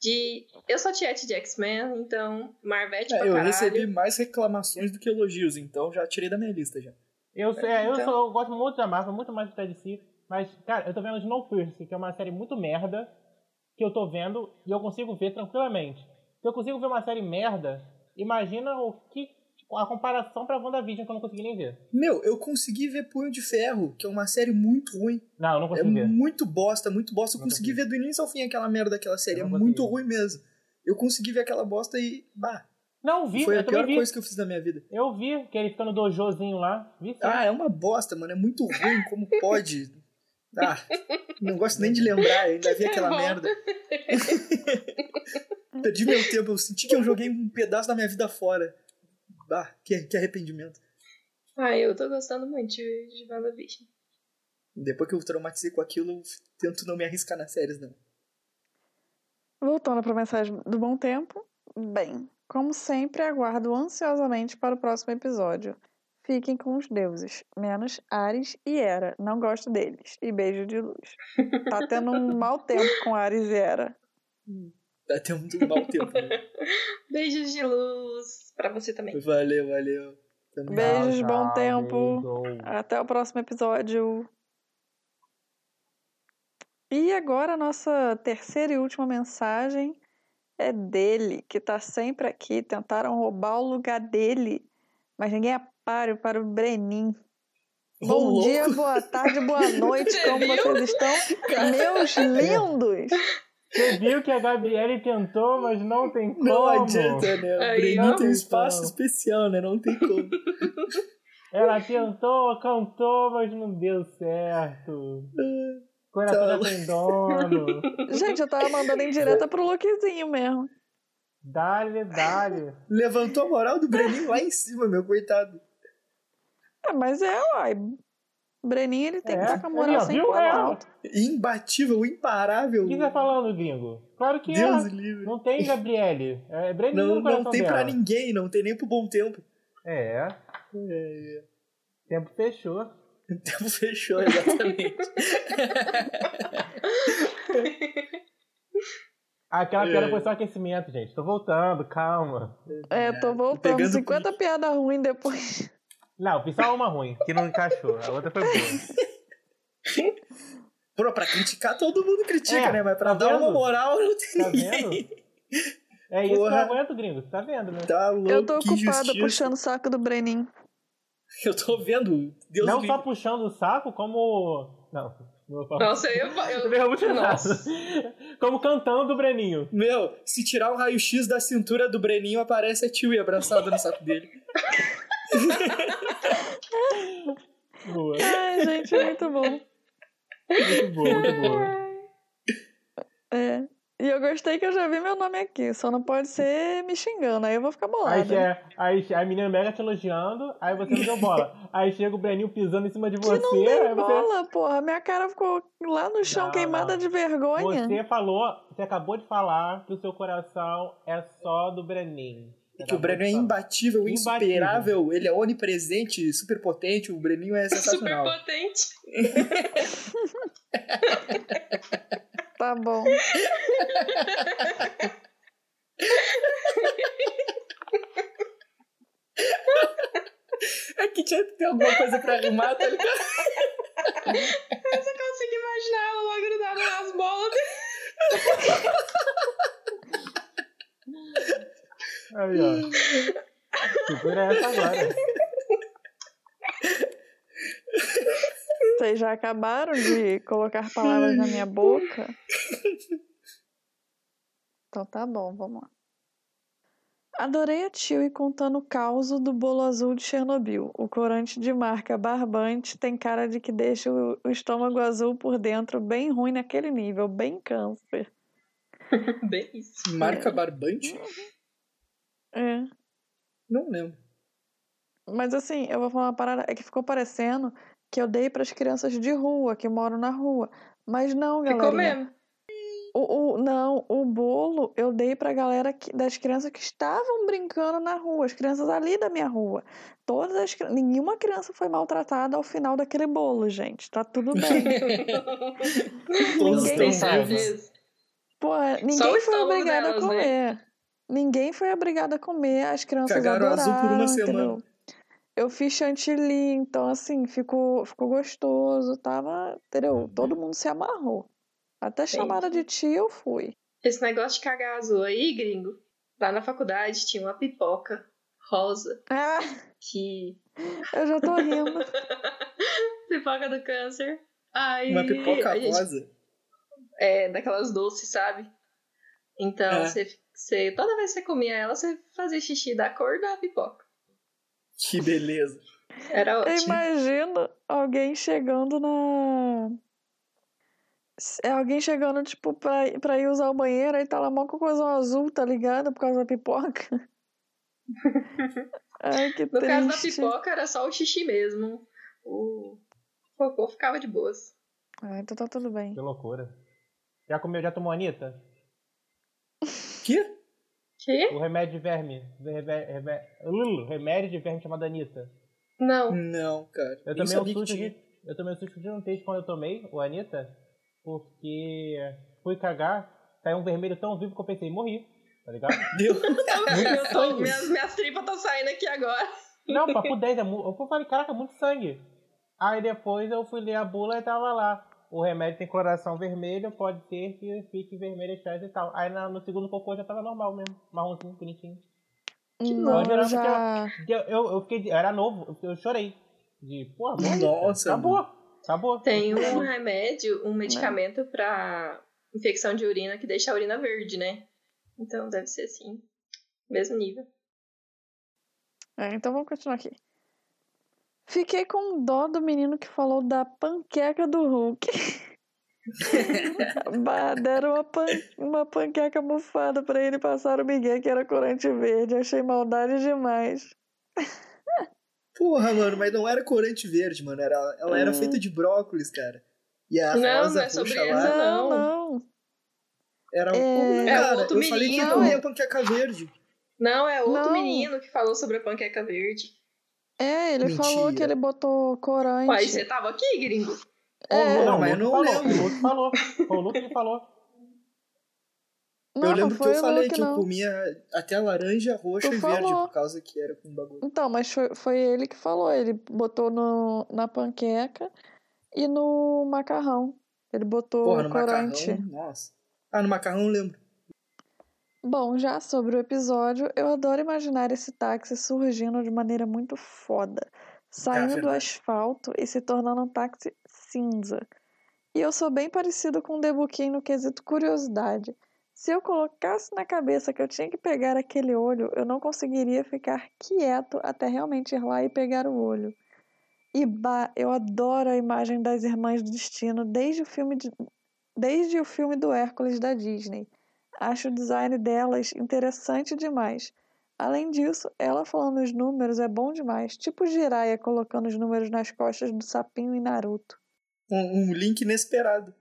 S4: De, eu sou tiete de X-Men, então Marvete
S1: É,
S4: pra
S1: eu
S4: caralho.
S1: recebi mais reclamações do que elogios, então já tirei da minha lista já.
S2: Eu, sei- é, eu,
S4: Então.
S2: sou- eu gosto muito da Marvel, muito mais do que da DC. Mas, cara, eu tô vendo Snowpiercer, que é uma série muito merda, que eu tô vendo e eu consigo ver tranquilamente. Se eu consigo ver uma série merda, imagina o que tipo, a comparação pra WandaVision que eu não consegui nem ver.
S1: Meu, eu consegui ver Punho de Ferro, que é uma série muito ruim.
S2: Não, eu não
S1: É
S2: consegui ver.
S1: muito bosta, muito bosta. Eu
S2: Não
S1: consegui ver do início ao fim aquela merda daquela série. É
S2: Eu não
S1: muito
S2: consegui.
S1: ruim mesmo. Eu consegui ver aquela bosta e. Bah,
S2: Não, vi,
S1: foi a
S2: eu também
S1: pior
S2: vi.
S1: coisa que eu fiz na minha vida.
S2: Eu vi que ele fica no dojozinho lá. Vi sim.
S1: Ah, é uma bosta, mano. É muito ruim,
S2: (laughs)
S1: como pode? Ah, não gosto nem de lembrar, eu
S2: (laughs)
S4: É
S1: ainda vi aquela
S4: revolta.
S1: merda. Perdi meu tempo, eu senti que eu joguei um pedaço da minha vida fora. Ah, que, que arrependimento.
S4: Ah, eu tô gostando muito de, de WandaVision.
S1: Depois que eu traumatizei com aquilo, eu tento não me arriscar nas séries, não.
S3: Voltando para a mensagem do bom tempo. Bem, como sempre, aguardo ansiosamente para o próximo episódio. Fiquem com os deuses, menos Ares e Hera. Não gosto deles. E beijo de luz. Tá tendo um mau tempo com Ares e Hera.
S1: Tá até muito mau tempo.
S2: (laughs)
S1: Né?
S4: Beijos de luz pra você também.
S1: Valeu, valeu. Também.
S3: Beijos,
S2: Tchau,
S3: bom
S2: tchau,
S3: tempo.
S2: beijo.
S3: Até o próximo episódio. E agora a nossa terceira e última mensagem é dele, que tá sempre aqui. Tentaram roubar o lugar dele, mas ninguém é páreo para o Brenin.
S1: Ô,
S3: Bom
S1: louco.
S3: dia, boa tarde, boa
S1: (laughs)
S3: noite,
S4: Você
S3: como
S4: viu?
S3: vocês estão? Meus
S1: é.
S3: lindos!
S2: Você viu que a Gabriele tentou, mas não tem como.
S1: Não adianta, né? O
S4: Aí,
S1: Breninho
S4: ó.
S1: tem um espaço especial, né? Não tem como.
S2: Ela tentou, cantou, mas não deu
S1: (laughs)
S2: certo. Coração já
S1: Tchau.
S2: tem dono.
S3: Gente, eu tava mandando em
S1: É.
S3: direta pro Luquezinho mesmo.
S2: Dale,
S1: (laughs)
S2: dale.
S1: Levantou a moral do Breninho lá em cima, meu coitado.
S3: É, mas é, uai. Breninho, ele tem que
S2: É,
S3: estar com a
S2: aí,
S3: moral
S2: ó,
S3: sempre
S2: viu?
S3: lá no
S2: É.
S3: alto.
S1: Imbatível, imparável.
S2: O que você tá falando, gringo? Claro que
S1: Deus
S2: é.
S1: livre.
S2: Não tem Gabriele. É Breninho
S1: Não,
S2: no
S1: não
S2: coração
S1: tem
S2: dela.
S1: pra ninguém, não tem nem pro bom tempo. (laughs)
S2: É.
S1: É,
S2: Tempo fechou.
S1: O tempo Então, fechou,
S2: (laughs)
S1: exatamente.
S2: Aquela piada
S1: É.
S2: foi só aquecimento, gente. Tô voltando, calma.
S3: É, tô voltando.
S1: Pegando
S3: 50 piadas ruins depois.
S1: (laughs)
S2: Não, fiz só uma ruim, que não encaixou. A outra foi boa.
S1: Pô, pra criticar todo mundo critica,
S2: É,
S1: né? Mas pra
S2: tá
S1: dar uma
S2: vendo?
S1: moral não tem
S2: Tá
S1: ninguém.
S2: vendo? É isso
S1: Porra.
S2: que eu aguento, gringo. Tá vendo, né?
S1: Tá louco,
S3: Eu tô
S1: que
S3: ocupada
S1: injustiça.
S3: puxando o saco do Brenin.
S1: (laughs) Eu tô vendo. Deus
S2: não
S1: me
S2: só
S1: livre.
S2: puxando o saco, como. Não, não vou falar.
S4: Nossa, eu ia.
S2: Eu
S1: (laughs)
S4: Eu...
S2: errei muito
S4: Nossa.
S2: errado. (laughs) Como cantando o Breninho.
S1: Meu, se tirar o raio-x da cintura do Breninho, aparece a Tilly abraçada no saco dele.
S2: Boa.
S3: Ai, gente, é muito bom.
S2: Muito boa, muito
S3: (laughs)
S2: boa.
S3: É. E eu gostei que eu já vi meu nome aqui. Só não pode ser me xingando, aí eu vou ficar
S2: Aí,
S3: bolada.
S2: che- aí che- a menina mega te elogiando, aí você não deu bola. Aí chega o Breninho pisando em cima de
S3: Que
S2: você,
S3: não dei
S2: aí você.
S3: bola, porra. Minha cara ficou lá no chão,
S2: Não,
S3: queimada
S2: não.
S3: de vergonha.
S2: Você falou, você acabou de falar que o seu coração é só do Breninho. Tá Você
S1: Que o
S2: acabou
S1: Breninho é
S2: de falar.
S1: imbatível,
S2: Imbatível.
S1: insuperável, ele é onipresente, super potente, o Breninho
S4: (laughs)
S1: é
S4: Super
S1: sensacional.
S4: potente.
S3: Tá bom.
S1: É que tinha que ter alguma coisa pra rimar, tá ligado?
S4: Eu só consigo imaginar ela lá grudada nas bolas.
S2: tá. Aí, ó. Segura essa agora.
S3: Vocês já acabaram de colocar palavras na minha boca? Então tá bom, vamos lá. Adorei a Tio e contando o caos do bolo azul de Chernobyl. O corante de marca Barbante tem cara de que deixa o o estômago azul por dentro, bem ruim naquele nível, bem câncer.
S4: Bem isso.
S1: Marca Barbante?
S3: É.
S1: Não lembro.
S3: Mas assim, eu vou falar uma parada, é que ficou parecendo que eu dei para as crianças de rua, que moram na rua. Mas não, galera.
S4: Ficou mesmo.
S3: O, o- não, o bolo eu dei pra galera que- das crianças que estavam brincando na rua, as crianças ali da minha rua. Todas as cri- nenhuma criança foi maltratada ao final daquele bolo, gente. Tá tudo bem.
S4: (laughs)
S1: Todos
S3: Ninguém
S1: estão
S3: sabe.
S1: vivos.
S3: Pô, é,
S4: Só o
S3: ninguém foi
S4: estômago
S3: obrigada
S4: delas,
S3: a
S4: né?
S3: comer. Ninguém foi obrigada a comer, as crianças
S1: Cagaram azul
S3: adoraram,
S1: por uma semana.
S3: entendeu? Eu fiz chantilly, então assim, ficou, ficou gostoso, tava, entendeu? Todo mundo se amarrou. Até chamada de tia eu fui. (laughs)
S4: Esse negócio de cagar azul aí, gringo. Lá na faculdade tinha uma pipoca rosa
S3: Ah,
S4: que.
S3: eu já tô rindo.
S4: Pipoca do câncer. Aí,
S1: Uma pipoca
S4: a gente-
S1: rosa.
S4: É, daquelas doces, sabe? Então,
S1: É.
S4: você, você- toda vez que você comia ela, você fazia xixi da cor da pipoca.
S1: Que beleza.
S4: Era
S3: Eu
S4: ótimo.
S3: imagino alguém chegando na. S- É alguém chegando, tipo, pra, ir- pra ir usar o banheiro, aí tá lá mó cocôzão azul, tá ligado? Por causa da
S4: (laughs)
S3: pipoca. Ai, que
S4: No
S3: triste.
S4: caso da pipoca, era só o xixi mesmo. O cocô ficava de boas.
S3: Ah, então tá tudo bem.
S2: Que loucura. Já comeu, já tomou Anitta?
S1: Que?
S4: Que?
S2: O remédio de verme. Reve- reve- Lulu, remédio de verme chamado Anitta.
S1: (laughs)
S4: Não.
S1: Não, cara.
S2: Eu
S1: Nem
S2: tomei um
S1: sabia que
S2: susto
S1: tinha.
S2: de, Eu tomei um susto gigantesco quando eu tomei o Anitta. Porque fui cagar. Saiu um vermelho tão vivo que eu pensei, morri, tá ligado?
S1: Deu.
S2: Muito
S4: Eu tô-
S2: sangue.
S4: minhas, minhas tripas estão saindo aqui agora.
S2: Não, papo 10 é muito. Eu falei, caraca, muito sangue. Aí depois eu fui ler a bula e tava lá. O remédio tem coloração vermelha, pode ser que fique vermelho atrás e tal. Aí na- no segundo cocô já tava normal mesmo, marronzinho, bonitinho.
S3: Não,
S2: nojo,
S3: eu
S2: não,
S3: já.
S2: Eu, eu, eu fiquei. de- Eu era novo, eu chorei. De, porra, bom,
S1: Nossa.
S2: acabou, acabou. (laughs)
S4: Tem um remédio, um medicamento pra infecção de urina que deixa a urina verde, né? Então deve ser assim. Mesmo nível.
S3: É, então vamos continuar aqui. Fiquei com dó do menino que falou da panqueca do Hulk. bah, deram uma, pan- uma panqueca mufada pra ele passar o Miguel, que era corante verde. Achei maldade demais.
S1: Porra, mano, mas não era corante verde, mano. Era, ela era feita de brócolis, cara. E a
S4: Hum. Não,
S1: rosa
S4: não é sobre
S1: roxa
S4: essa.
S1: lá
S4: não.
S3: não, não.
S1: era um
S3: É-
S1: Pô,
S4: É
S1: cara,
S4: outro
S1: eu falei que
S4: menino.
S1: eu comia panqueca verde.
S4: Não, é outro
S3: Não.
S4: menino que falou sobre a panqueca verde.
S3: É, ele falou que
S1: Mentira.
S3: ele botou corante.
S4: Uai, você tava aqui, gringo?
S3: É.
S1: Porra,
S2: Não,
S1: mas eu
S2: o
S1: não
S2: Luke falou,
S1: lembro.
S2: o Luke falou. Foi o Luke que falou.
S3: Não,
S1: eu lembro que
S3: foi
S1: eu
S3: o
S1: falei
S3: Luke,
S1: que eu
S3: não.
S1: comia até laranja, roxa
S3: Tu
S1: e verde,
S3: falou.
S1: por causa que era com bagulho.
S3: Então, mas foi, foi ele que falou. Ele botou no, na panqueca e no macarrão. Ele botou
S1: Porra, no
S3: corante.
S1: macarrão, nossa. Ah, no macarrão eu lembro.
S3: Bom, já sobre o episódio, eu adoro imaginar esse táxi surgindo de maneira muito foda, saindo do
S1: verdade.
S3: asfalto e se tornando um táxi cinza. E eu sou bem parecido com o Debuquim no quesito curiosidade. Se eu colocasse na cabeça que eu tinha que pegar aquele olho, eu não conseguiria ficar quieto até realmente ir lá e pegar o olho. E bah, eu adoro a imagem das Irmãs do Destino desde o filme, de- desde o filme do Hércules da Disney. Acho o design delas interessante demais. Além disso, ela falando os números é bom demais, tipo Jiraiya colocando os números nas costas do sapinho em Naruto.
S1: Um, um link inesperado.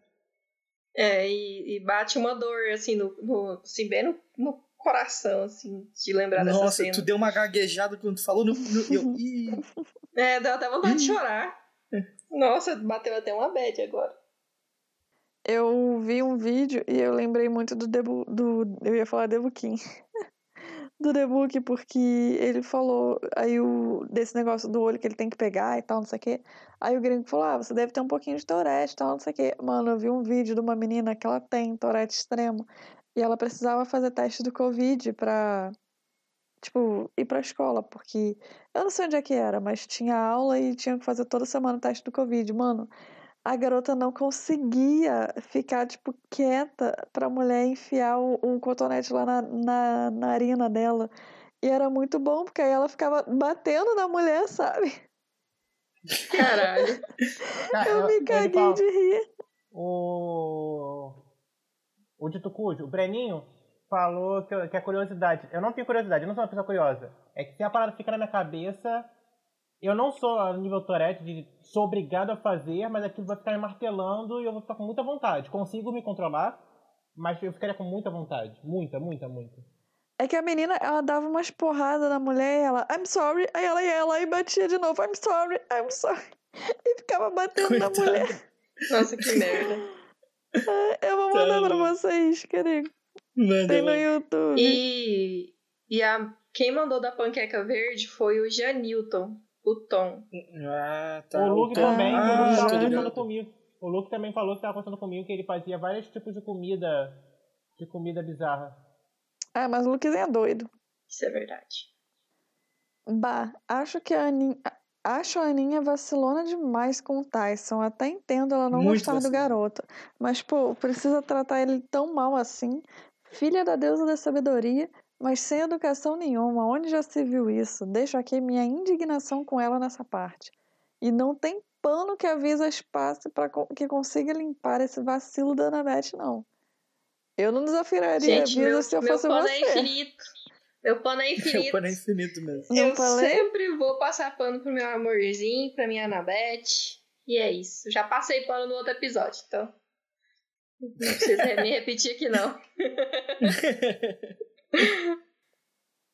S4: É, e, e bate uma dor, assim, no, no, assim bem no, no coração, assim, de lembrar dessa
S1: Nossa,
S4: cena.
S1: tu deu uma gaguejada quando tu falou no. no-
S3: (laughs)
S1: eu- Ih,
S4: É, deu até vontade de chorar. Nossa, bateu até uma bad agora.
S3: Eu vi um vídeo e eu lembrei muito do Debu, do eu ia falar Debuquim. (laughs) do Debuque porque ele falou aí o desse negócio do olho que ele tem que pegar e tal, não sei o quê. Aí o gringo falou: "Ah, você deve ter um pouquinho de Tourette, e tal, não sei o quê". Mano, eu vi um vídeo de uma menina que ela tem Tourette extremo e ela precisava fazer teste do Covid pra tipo ir pra escola, porque eu não sei onde é que era, mas tinha aula e tinha que fazer toda semana o teste do Covid, mano. A garota não conseguia ficar, tipo, quieta pra mulher enfiar o- um cotonete lá na, na narina dela. E era muito bom, porque aí ela ficava batendo na mulher, sabe?
S4: Caralho.
S2: Cara,
S3: Eu me
S2: ele
S3: caguei
S2: fala-
S3: de rir.
S2: O. O Dito Cujo, o Breninho, falou que, eu- que a curiosidade. Eu não tenho curiosidade, eu não sou uma pessoa curiosa. É que se a parada fica na minha cabeça, eu não sou a nível Tourette de sou obrigado a fazer, mas aquilo vai ficar me martelando e eu vou ficar com muita vontade. Consigo me controlar, mas eu ficaria com muita vontade. Muita, muita, muita.
S3: É que a menina, ela dava umas porradas na mulher e ela, I'm sorry. Aí ela ia lá e batia de novo, I'm sorry, I'm sorry. (laughs) E ficava batendo na
S1: Coitada.
S3: mulher.
S4: Nossa, que merda.
S3: Eu vou
S1: Tá
S3: mandar pra
S1: louco.
S3: vocês, querido.
S1: Manda,
S3: Tem no
S1: manda.
S4: Uhum.
S3: YouTube.
S4: E, e a, quem mandou da panqueca verde foi o Janilton, o Tom.
S1: Ah, tá.
S2: o Luke
S1: Tom-
S2: também, o
S1: Ah,
S2: Luke tava
S1: tô
S3: ligado.
S2: conversando
S1: ligado.
S2: comigo. O Luke também falou que tava conversando comigo que ele fazia vários tipos de comida. De comida bizarra.
S3: Ah, mas o Luquezinho é doido.
S4: Isso é verdade.
S3: Bah, acho que a Aninha, acho a Aninha vacilona demais com o Tyson. Até entendo ela não
S1: Muito
S3: gostar do
S1: vacilona.
S3: garoto. Mas, pô, precisa tratar ele tão mal assim. Filha da deusa da sabedoria, mas sem educação nenhuma. Onde já se viu isso? Deixo aqui minha indignação com ela nessa parte. E não tem pano que avisa espaço para que consiga limpar esse vacilo da Anabete, não. Eu não desafiaria a
S4: Gente, meu,
S3: Visa se eu
S4: meu
S3: fosse
S4: pano é
S3: você.
S4: infinito. (laughs) Meu pano
S1: (laughs)
S4: é
S1: Eu
S4: infinito.
S1: pano é infinito mesmo.
S3: Não
S4: Eu
S3: falei?
S4: sempre vou passar pano pro meu amorzinho, pra minha Anabete. E é isso. Já passei pano no outro episódio, então. Não precisa me repetir aqui, (laughs) não.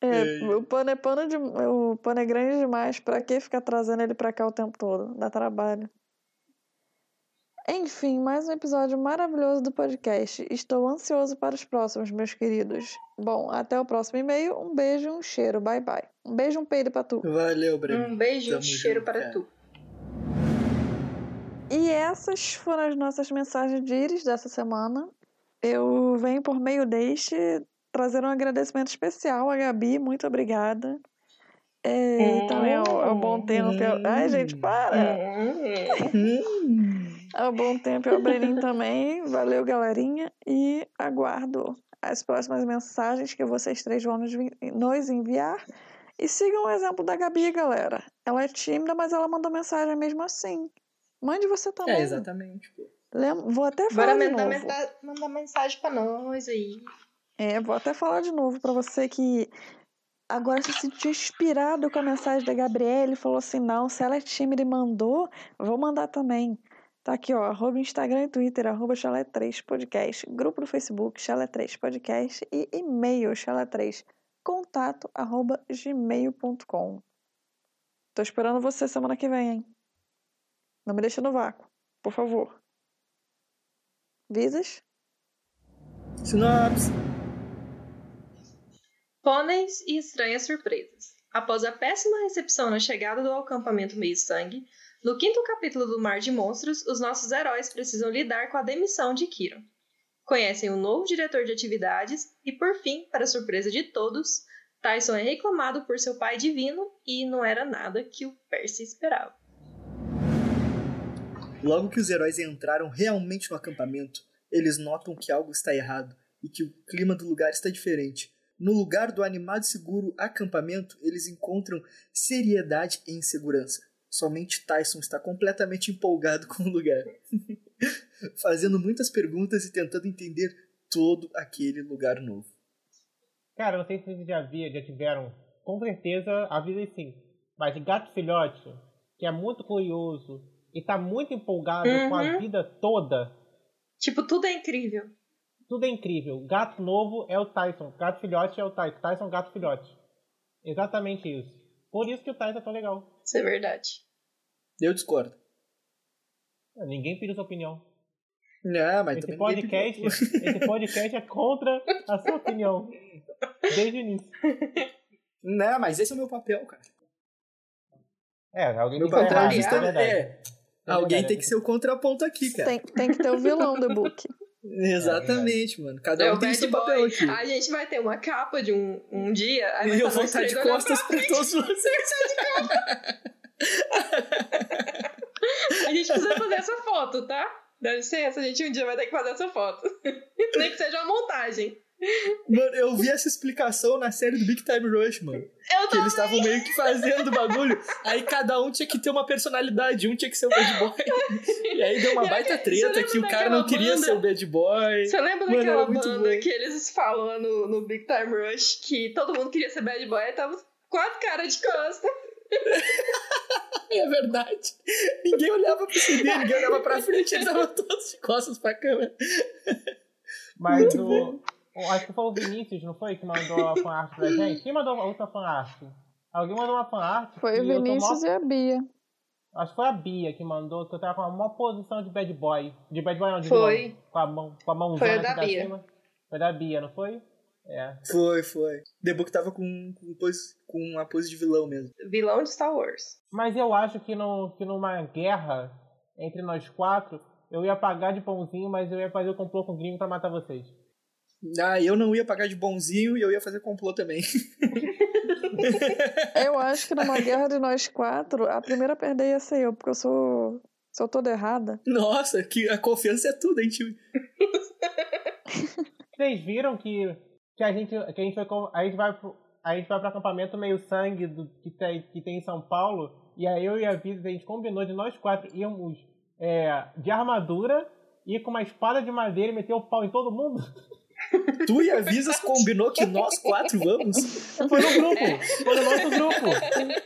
S3: É,
S1: É.
S3: o pano é pano de, o pano é grande demais, pra que ficar trazendo ele pra cá o tempo todo? Dá trabalho. Enfim, mais um episódio maravilhoso do podcast. Estou ansioso para os próximos, meus queridos. Bom, até o próximo e-mail. Um beijo, um cheiro. Bye bye. Um beijo, um peido pra tu.
S1: Valeu, Breno.
S4: Um beijo e um
S1: Tamo
S4: cheiro
S1: junto,
S4: para
S1: cara.
S4: tu.
S3: E essas foram as nossas mensagens de íris dessa semana. Eu venho por meio deste trazer um agradecimento especial a Gabi, muito obrigada. É, e também ao, ao Bom Tempo. e ao- Ai, gente, para! É.
S4: Hum.
S1: Hum.
S3: Ao Bom Tempo e ao Breninho (laughs) também. Valeu, galerinha. E aguardo as próximas mensagens que vocês três vão nos, vin- nos enviar. E sigam o exemplo da Gabi, galera. Ela é tímida, mas ela mandou mensagem mesmo assim. Mande você também.
S1: É, exatamente, pô.
S3: Lem- Vou até falar
S4: Bora
S3: de
S4: mandar,
S3: novo.
S4: menta- mandar mensagem pra nós aí.
S3: É, vou até falar de novo pra você que agora se sentiu inspirado com a mensagem da Gabriele, falou assim, não, se ela é tímida e mandou, vou mandar também. Tá aqui, ó, arroba Instagram e Twitter, arroba chalé3 podcast, grupo do Facebook, chalé3 podcast e e-mail, chalé3, contato, arroba gmail.com. Tô esperando você semana que vem, hein? Não me deixa no vácuo, por favor. Visas?
S1: Sinopse.
S4: Pôneis e estranhas surpresas. Após a péssima recepção na chegada do acampamento Meio-Sangue, no quinto capítulo do Mar de Monstros, os nossos heróis precisam lidar com a demissão de Kiron. Conhecem o novo diretor de atividades e, por fim, para surpresa de todos, Tyson é reclamado por seu pai divino e não era nada que o Percy esperava.
S1: Logo que os heróis entraram realmente no acampamento, eles notam que algo está errado e que o clima do lugar está diferente. No lugar do animado e seguro acampamento, eles encontram seriedade e insegurança. Somente Tyson está completamente empolgado (laughs) com o lugar, fazendo muitas perguntas e tentando entender todo aquele lugar novo.
S2: Cara, não sei se vocês já viram, já tiveram. Com certeza, avisem sim. Mas gato filhote, que é muito curioso e tá muito empolgado com a
S4: Uhum.
S2: vida toda,
S4: Tipo, tudo é incrível.
S2: tudo é incrível. Gato novo é o Tyson. Gato filhote é o Tyson. Tyson, gato filhote. Exatamente isso. Por isso que o Tyson é tão legal.
S4: Isso é verdade.
S1: Eu discordo.
S2: Ninguém pediu sua opinião.
S1: Ah, mas
S2: Esse
S1: também ninguém pediu.
S2: podcast, (laughs) esse podcast é contra a sua opinião. Desde o início.
S1: Não, mas esse é o meu papel, cara.
S2: É, alguém
S1: Meu
S2: tem que
S1: papel é
S2: errar,
S4: errado,
S2: isso é
S1: justamente.
S2: verdade.
S1: é, alguém
S2: verdade.
S1: tem que ser o contraponto aqui, cara.
S3: Tem, tem que ter o vilão do book.
S1: Exatamente, mano. Cada
S4: É
S1: um
S4: o
S1: tem
S4: bad
S1: seu papel
S4: boy.
S1: aqui.
S4: A gente vai ter uma capa de um, um dia. Aí vai
S1: e eu
S4: tá
S1: vou
S4: nós
S1: estar de
S4: três olhando
S1: costas pra todos vocês.
S4: A gente precisa fazer essa foto, tá? Dá licença, a gente um dia vai ter que fazer essa foto. (laughs) Nem que seja uma montagem.
S1: Mano, eu vi essa explicação na série do Big Time Rush, mano.
S4: Eu
S1: Que
S4: tô.
S1: eles estavam meio que fazendo o bagulho. Aí cada um tinha que ter uma personalidade. Um tinha que ser o bad boy. E aí deu uma
S4: Eu
S1: baita
S4: que- você
S1: treta
S4: lembra
S1: que o cara
S4: daquela
S1: não queria
S4: banda?
S1: ser o bad boy.
S4: Você lembra
S1: Mano,
S4: daquela
S1: era muito
S4: banda
S1: bom.
S4: que eles falam lá no, no Big Time Rush que todo mundo queria ser bad boy? Aí tava quatro caras de costa.
S1: É verdade. Ninguém olhava pro CD, ninguém olhava pra frente. Eles estavam todos de costas pra câmera.
S2: Mas o. o- Acho que foi o Vinícius, não foi? Que mandou a fanart pra gente? Quem mandou a outra fanart? Alguém mandou uma fanart?
S3: Foi o
S2: e eu tô
S3: Vinícius
S2: mó-
S3: e a Bia.
S2: Acho que foi a Bia que mandou, que eu tava com a maior posição de bad boy. De bad boy não, de
S4: Foi.
S2: vilão. Com a mão, com a mãozona
S4: Foi a da
S2: aqui pra
S4: Bia.
S2: cima. Foi da Bia, não foi? É.
S1: Foi, foi. The Book tava com, com, pose- com a pose de vilão mesmo.
S4: Vilão de Star Wars.
S2: Mas eu acho que, no, que numa guerra entre nós quatro, eu ia pagar de pãozinho, mas eu ia fazer o complô com o gringo pra matar vocês.
S1: Ah, eu não ia pagar de bonzinho e eu ia fazer complô também. (laughs)
S3: Eu acho que numa guerra de nós quatro, a primeira a perder ia ser eu, porque eu sou. sou toda errada.
S1: Nossa, que a confiança é tudo, hein, time?
S2: Vocês viram que, que, a, gente, que a, gente foi, com- a gente vai pro. A gente vai pro acampamento meio sangue do, que, tem, que tem em São Paulo. E aí eu e a Viz, a gente combinou de nós quatro irmos é, de armadura e com uma espada de madeira e meter o pau em todo mundo.
S1: Tu e a Visas combinou que nós quatro vamos?
S2: Foi no grupo! Foi no nosso grupo!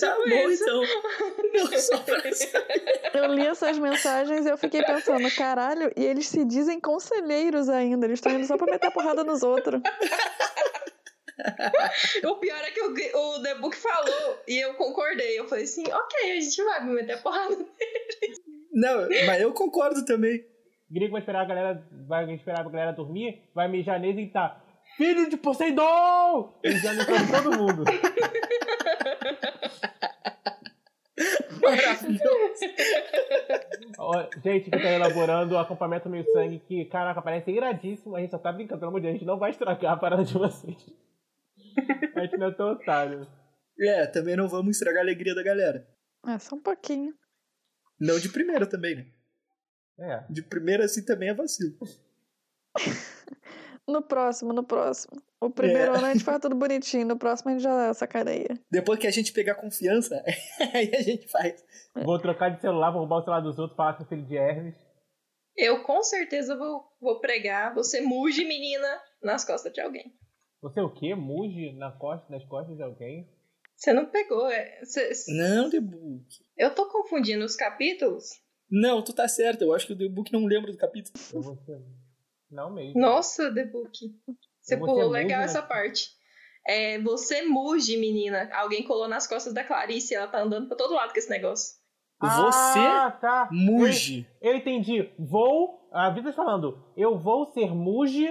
S1: tá bom,
S4: isso.
S1: então. Não, só pra
S3: Eu li essas mensagens e eu fiquei pensando, caralho, e eles se dizem conselheiros ainda, eles estão indo só pra meter porrada nos outros.
S4: O pior é que o, gri- o The Book falou e eu concordei. Eu falei assim: ok, a gente vai me meter a porrada.
S1: Não, mas eu concordo também.
S2: Grego vai esperar a galera. Vai esperar a galera dormir, vai mijar neles e gritar. Filho de Poseidon! Mijando em todo mundo. (laughs)
S1: (laughs) Maravilhoso.
S2: Ó, gente que tá elaborando o acampamento meio sangue, que, caraca, parece iradíssimo. A gente só tá brincando, pelo amor de Deus, a gente não vai estragar a parada de vocês. A gente não é tão otário.
S1: É, também não vamos estragar a alegria da galera.
S3: É, só um pouquinho.
S1: Não de primeira também, né?
S2: É.
S1: De primeira assim também é vacilo.
S3: No próximo, no próximo. O
S1: É.
S3: primeiro ano a gente faz tudo bonitinho, no próximo a gente já sacaneia.
S1: Depois que a gente pegar confiança, (laughs) aí a gente faz.
S2: Vou trocar de celular, vou roubar o celular dos outros, falar com o filho de Hermes.
S4: Eu com certeza vou, vou pregar, você muge, menina, nas costas de alguém.
S2: Você é o quê? Muge na costa, nas costas de alguém?
S4: Você não pegou. é- cê- cê-
S1: Não, The Book.
S4: eu tô confundindo os capítulos?
S1: Não, tu tá certo. Eu acho que o The Book não lembra do capítulo.
S2: Eu vou ser... Não mesmo.
S4: Nossa, The Book. Você
S2: Você
S4: pulou
S2: muge,
S4: legal
S2: né?
S4: essa parte. É, você muge, menina. Alguém colou nas costas da Clarice, ela tá andando pra todo lado com esse negócio.
S1: Você
S2: Ah, tá.
S1: muge.
S2: Eu entendi. Vou. A Vitor tá falando, eu vou ser muge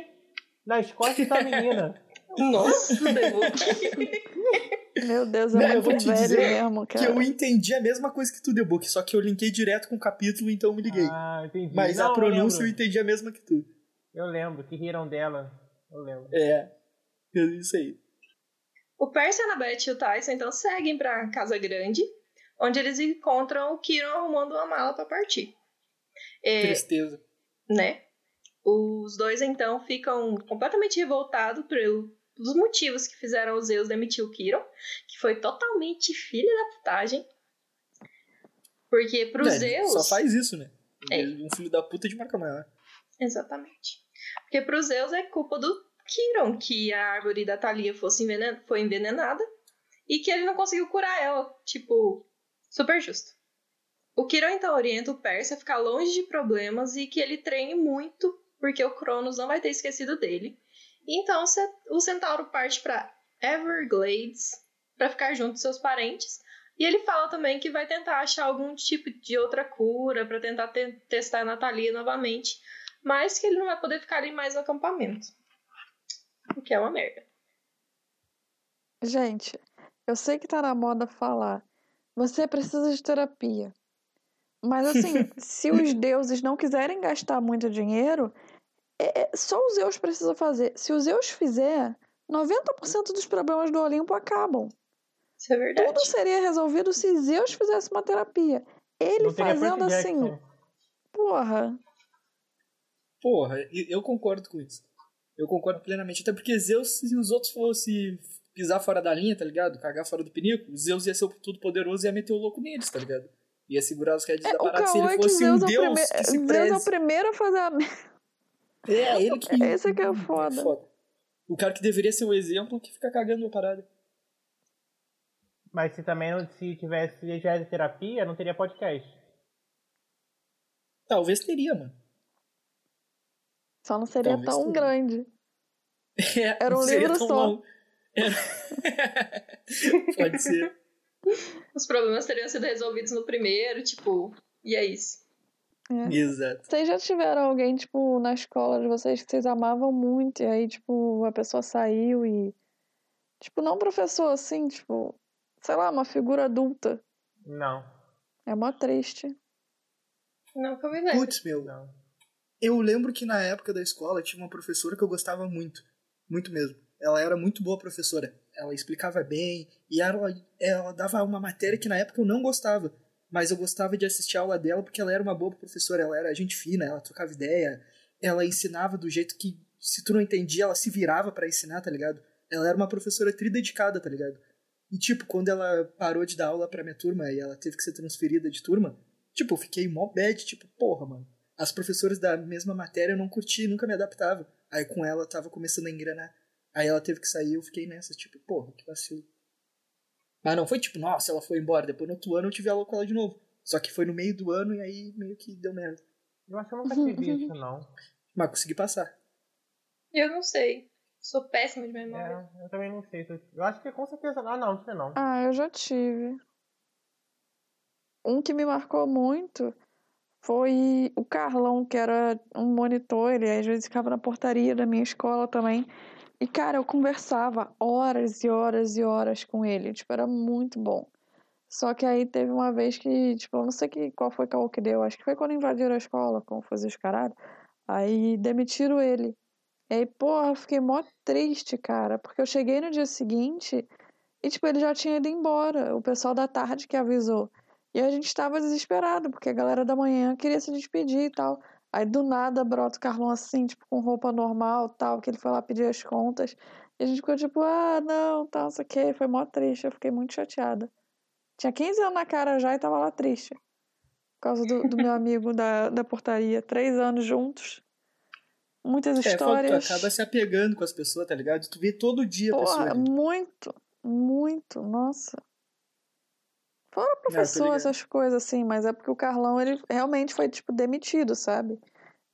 S2: nas costas da menina.
S4: Nossa, The Book.
S3: Meu Deus, é
S1: Não, eu vou
S3: muito
S1: te
S3: velho
S1: dizer
S3: mesmo, cara.
S1: Que eu entendi a mesma coisa que tu, The Book, só que eu linkei direto com o capítulo, então eu me (laughs) liguei.
S2: Ah, entendi.
S1: Mas
S2: Não,
S1: a pronúncia eu,
S2: Eu lembro.
S1: entendi a mesma que tu.
S2: eu lembro que riram dela. Eu lembro.
S1: É. É isso aí.
S4: o Percy, a Annabeth e o Tyson então seguem pra Casa Grande, onde eles encontram o Kiron arrumando uma mala pra partir. É,
S1: Tristeza.
S4: né? Os dois então ficam completamente revoltados pelo- pelos motivos que fizeram os Zeus demitir o Kiron, que foi totalmente filho da putagem. Porque pros
S1: É,
S4: Zeus.
S1: Só faz isso, né?
S4: É.
S1: Um filho da puta de marca maior.
S4: Exatamente. Porque pros Zeus é culpa do Kiron que a árvore da Thalia fosse envenen- foi envenenada e que ele não conseguiu curar ela. Tipo, super justo. O Kiron então orienta o Percy a ficar longe de problemas e que ele treine muito, porque o Cronos não vai ter esquecido dele. E então o ce- o Centauro parte pra Everglades pra ficar junto de seus parentes. E ele fala também que vai tentar achar algum tipo de outra cura pra tentar te- testar a Natalia novamente mas que ele não vai poder ficar ali mais no acampamento. O que é uma merda.
S3: Gente, eu sei que tá na moda falar, você precisa de terapia. Mas
S1: (laughs)
S3: assim, se os deuses não quiserem gastar muito dinheiro, é- é- só os Zeus precisa fazer. Se os Zeus fizer, 90% dos problemas do Olimpo acabam.
S4: Isso é verdade.
S3: Tudo seria resolvido se Zeus fizesse uma terapia. Ele
S2: Não teria
S3: fazendo
S2: Percy
S3: assim,
S1: né?
S2: Jackson.
S3: porra.
S1: Porra, eu eu concordo com isso. Eu concordo plenamente. Até porque Zeus, se os outros fossem pisar fora da linha, tá ligado? Cagar fora do pinico, Zeus ia ser o todo poderoso e ia meter o louco neles, tá ligado? Ia segurar os redes
S3: É,
S1: da
S3: o
S1: parada se
S3: caô
S1: ele
S3: é que
S1: fosse um
S3: Zeus, é, o
S1: deus
S3: prime...
S1: que se
S3: Zeus é o
S1: preze.
S3: primeiro a
S1: (laughs)
S3: fazer a merda.
S1: É, ele que.
S3: Esse que é o foda.
S1: O Um cara que deveria ser o exemplo que fica cagando na parada.
S2: Mas se também não- se tivesse, se tivesse terapia, não teria podcast.
S1: Talvez teria, mano. (laughs)
S3: Só não seria
S1: Talvez
S3: tão
S1: tudo.
S3: grande.
S1: É,
S3: Era um
S1: não seria
S3: livro
S1: tão
S3: só.
S1: longo. (laughs) É. Pode
S3: (laughs)
S1: ser.
S4: Os problemas teriam sido resolvidos no primeiro, tipo, e é isso.
S3: É.
S1: Exato.
S3: Vocês já tiveram alguém, tipo, na escola de vocês que vocês amavam muito, e aí, tipo, a pessoa saiu e. Tipo, não um professor assim, tipo, sei lá, uma figura adulta.
S2: Não.
S3: É mó triste.
S4: Não, como é
S1: Putz, meu.
S2: Não.
S1: Eu lembro que na época da escola tinha uma professora que eu gostava muito. Muito mesmo. Ela era muito boa professora. Ela explicava bem e ela, ela dava uma matéria que na época eu não gostava. Mas eu gostava de assistir a aula dela porque ela era uma boa professora. Ela era gente fina, ela trocava ideia, ela ensinava do jeito que, se tu não entendia, ela se virava pra ensinar, tá ligado? Ela era uma professora tridedicada, tá ligado? E tipo, quando ela parou de dar aula pra minha turma e ela teve que ser transferida de turma, tipo, eu fiquei mó bad, tipo, porra, mano as professoras da mesma matéria eu não curti, nunca me adaptava. Aí com ela eu tava começando a engrenar. Aí ela teve que sair, eu fiquei nessa, tipo, porra, que vacilo. Mas não foi tipo, nossa, ela foi embora. Depois no outro ano eu tive aula com ela de novo. Só que foi no meio do ano e aí meio que deu merda.
S2: Eu acho que eu nunca
S3: Uhum,
S2: tive isso, não.
S1: Mas consegui passar.
S4: Eu não sei. Sou péssima de memória.
S2: É, eu também não sei. se eu- Eu acho que com certeza não. Ah, não, não sei não.
S3: Ah, eu já tive. Um que me marcou muito foi o Carlão, que era um monitor, ele às vezes ficava na portaria da minha escola também. E, cara, eu conversava horas e horas e horas com ele, tipo, era muito bom. Só que aí teve uma vez que, tipo, eu não sei que, qual foi qual que deu, acho que foi quando invadiram a escola, como fazer os caralho. Aí demitiram ele. E aí, porra, eu fiquei mó triste, cara, porque eu cheguei no dia seguinte e, tipo, ele já tinha ido embora, o pessoal da tarde que avisou. E a gente tava desesperado, porque a galera da manhã queria se despedir e tal. Aí do nada brota o Carlão assim, tipo, com roupa normal tal, que ele foi lá pedir as contas. E a gente ficou tipo, ah, não, tal, não sei o quê. Foi mó triste, eu fiquei muito chateada. Tinha 15 anos na cara já e tava lá triste. Por causa do, do
S1: (laughs)
S3: meu amigo da, da portaria. Três anos juntos. Muitas
S1: É, foda, tu
S3: histórias.
S1: acaba se apegando com as pessoas, tá ligado? Tu vê todo dia a pessoa
S3: Porra,
S1: ali.
S3: muito, muito, nossa. Fora é professor,
S1: ligado.
S3: essas coisas assim, mas é porque o Carlão, ele realmente foi, tipo, demitido, sabe?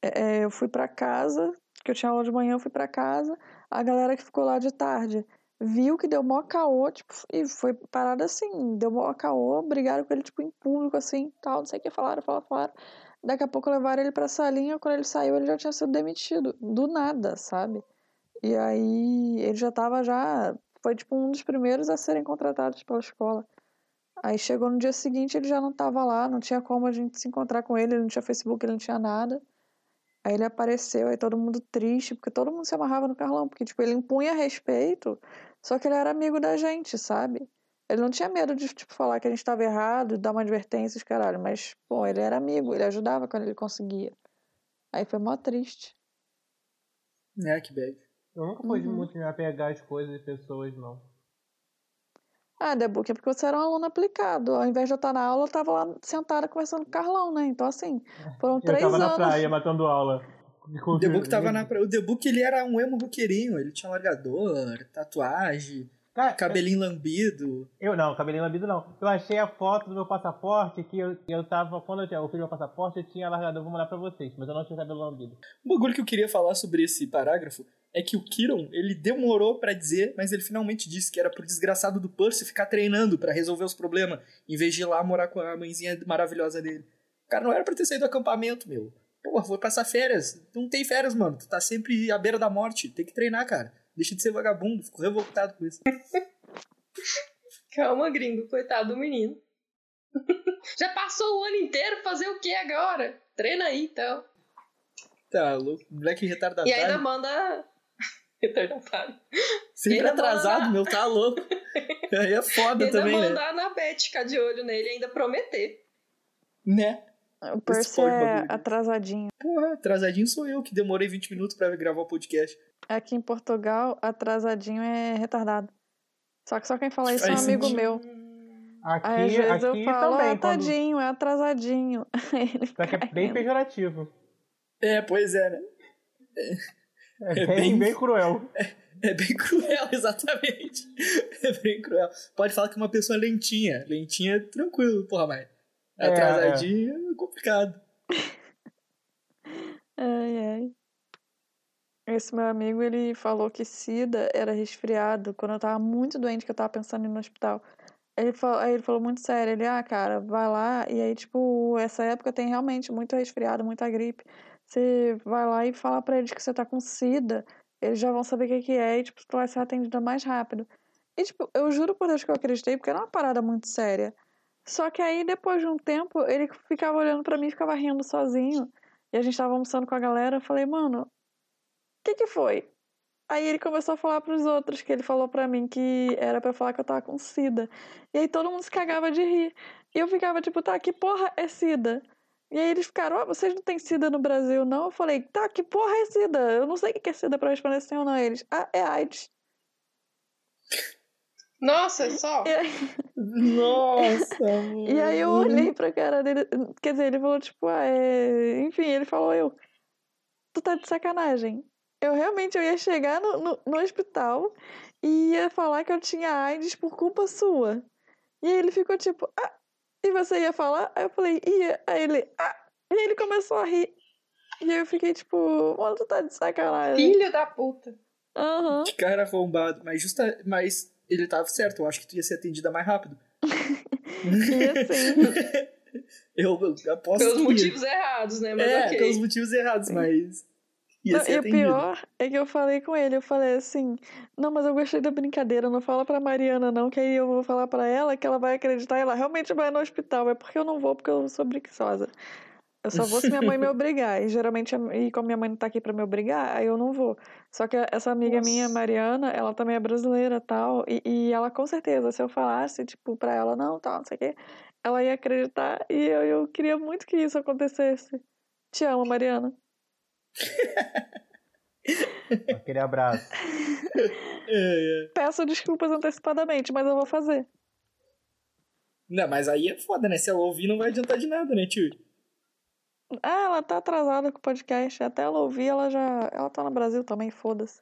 S3: É, é, eu fui pra casa, que eu tinha aula de manhã, eu fui pra casa, a galera que ficou lá de tarde viu que deu mó caô, tipo, e foi parada assim, deu mó caô, brigaram com ele, tipo, em público, assim, tal, não sei o que, falaram, falaram, falaram. Daqui a pouco levaram ele pra salinha, quando ele saiu, ele já tinha sido demitido, do nada, sabe? E aí ele já tava já. Foi tipo um dos primeiros a serem contratados pela escola. Aí chegou no dia seguinte, ele já não tava lá, não tinha como a gente se encontrar com ele, ele não tinha Facebook, ele não tinha nada. Aí ele apareceu, aí todo mundo triste, porque todo mundo se amarrava no Carlão, porque tipo, ele impunha respeito, só que ele era amigo da gente, sabe? Ele não tinha medo de tipo, falar que a gente tava errado, dar uma advertência, os caralho, mas, pô, ele era amigo, ele ajudava quando ele conseguia. Aí foi mó triste.
S1: É, que bad.
S2: Eu nunca fui de
S3: Uhum.
S2: muito me apegar às coisas e pessoas, não.
S3: Ah, Debuque, é porque você era um aluno aplicado. Ao invés de eu estar na aula, eu estava lá sentada conversando com o Carlão, né? Então, assim, foram
S2: É, Eu
S3: três
S2: tava na
S3: anos.
S2: praia matando aula. Com-
S1: O Debug tava na. pra- O Debug ele era um emo roqueirinho, ele tinha largador, tatuagem,
S2: Cara,
S1: cabelinho lambido.
S2: Eu não, cabelinho lambido não. Eu achei a foto do meu passaporte que eu, que eu tava. Quando eu, tinha, eu fiz meu passaporte, eu tinha largador, vou mandar pra vocês, mas eu não tinha cabelo lambido.
S1: O Um bagulho que eu queria falar sobre esse parágrafo é que o Kiron, ele demorou pra dizer, mas ele finalmente disse que era pro desgraçado do Percy ficar treinando pra resolver os problemas, em vez de ir lá morar com a mãezinha maravilhosa dele. O cara não era pra ter saído do acampamento, meu. Porra, vou passar férias. Não tem férias, mano. Tu tá sempre à beira da morte. Tem que treinar, cara. Deixa de ser vagabundo. Fico revoltado com isso. É.
S4: Calma, gringo, coitado do menino. (laughs) Já passou o ano inteiro fazer o que agora? Treina aí, então.
S1: Tá louco. Moleque retardado.
S4: E ainda (laughs) manda. Retardatário.
S1: Sempre
S4: Ele não
S1: atrasado,
S4: manda-
S1: meu, tá louco. Aí é foda
S4: (laughs) Ainda
S1: também, né?
S4: manda a Anabete ficar de olho nele e ainda prometer.
S1: Né?
S3: O Percy
S1: foi o bagulho
S3: é
S1: dele.
S3: atrasadinho.
S1: Porra, atrasadinho sou eu que demorei 20 minutos pra gravar o podcast.
S3: Aqui em Portugal, atrasadinho é retardado. Só que só quem fala isso é um
S1: Faz
S3: amigo
S1: sentido.
S3: meu.
S4: Hum.
S2: Aqui,
S3: Aí às vezes eu
S2: aqui
S3: falo, ah,
S2: também, quando,
S3: tadinho, é atrasadinho. Aí ele
S2: só que é
S3: cai
S2: bem
S3: rindo.
S2: pejorativo.
S1: É, pois é, né?
S2: (laughs) É,
S1: É
S2: bem,
S1: bem-
S2: bem cruel.
S1: É bem (laughs) cruel, exatamente. É bem cruel. Pode falar que é uma pessoa lentinha. Lentinha, é tranquilo, porra, mas
S2: É,
S1: atrasadinho é, complicado.
S3: Ai, ai. Esse meu amigo, ele falou que sida era resfriado quando eu tava muito doente, que eu tava pensando em ir no hospital. Ele falou, aí ele falou muito sério, ele, ah, cara, vai lá, e aí, tipo, essa época tem realmente muito resfriado, muita gripe. Você vai lá e fala pra eles que você tá com sida, eles já vão saber o que que é, e, tipo, tu vai ser atendida mais rápido. E, tipo, eu juro por Deus que eu acreditei, porque era uma parada muito séria. Só que aí, depois de um tempo, ele ficava olhando pra mim, ficava rindo sozinho, e a gente tava almoçando com a galera, eu falei, mano, o que que foi? Aí ele começou a falar pros outros que ele falou pra mim que era pra eu falar que eu tava com sida. E aí todo mundo se cagava de rir. E eu ficava tipo, tá, que porra é sida? E aí eles ficaram, ó, vocês não têm sida no Brasil, não? Eu falei, tá, que porra é sida? Eu não sei o que que é sida pra responder sim ou não. Eles, ah, é AIDS.
S4: Nossa, só.
S3: E aí,
S1: Nossa, mano.
S3: (laughs) e aí eu olhei pra cara dele, quer dizer, ele falou tipo, ah, é... Enfim, ele falou, eu, tu tá de sacanagem. Eu realmente eu ia chegar no, no, no hospital e ia falar que eu tinha AIDS por culpa sua. E aí ele ficou tipo, ah, e você ia falar? Aí eu falei, ia. Aí ele, ah, e aí ele começou a rir. E aí eu fiquei tipo, mano, tu tá de sacanagem.
S4: Filho da puta.
S3: Aham.
S1: De cara arrombado. Mas, justa... mas ele tava certo. Eu acho que tu ia ser atendida mais rápido.
S3: E assim,
S1: Eu aposto
S4: Pelos
S1: que-
S4: motivos errados, né? Mas
S1: é,
S4: ok.
S1: pelos motivos errados, mas. Ia
S3: Não,
S1: ser
S3: e o
S1: atendido.
S3: pior é que eu falei com ele, eu falei assim, não, mas eu gostei da brincadeira, não fala pra Mariana não, que aí eu vou falar pra ela que ela vai acreditar, e ela realmente vai no hospital, é porque eu não vou, porque eu sou preguiçosa. Eu só vou se minha mãe me obrigar, e geralmente, a- e como minha mãe não tá aqui pra me obrigar, aí eu não vou. Só que essa amiga minha,
S4: Nossa.
S3: Mariana, ela também é brasileira tal, e, e ela com certeza, se eu falasse, tipo, pra ela, não, tal, não sei o quê, ela ia acreditar, e eu, eu queria muito que isso acontecesse. Te amo, Mariana.
S2: Aquele abraço.
S1: É, é.
S3: Peço desculpas antecipadamente, mas eu vou fazer.
S1: Não, mas aí é foda, né? Se ela ouvir, não vai adiantar de nada, né, tio?
S3: Ah, ela tá atrasada com o podcast. Até ela ouvir, ela já. Ela tá no Brasil também, foda-se.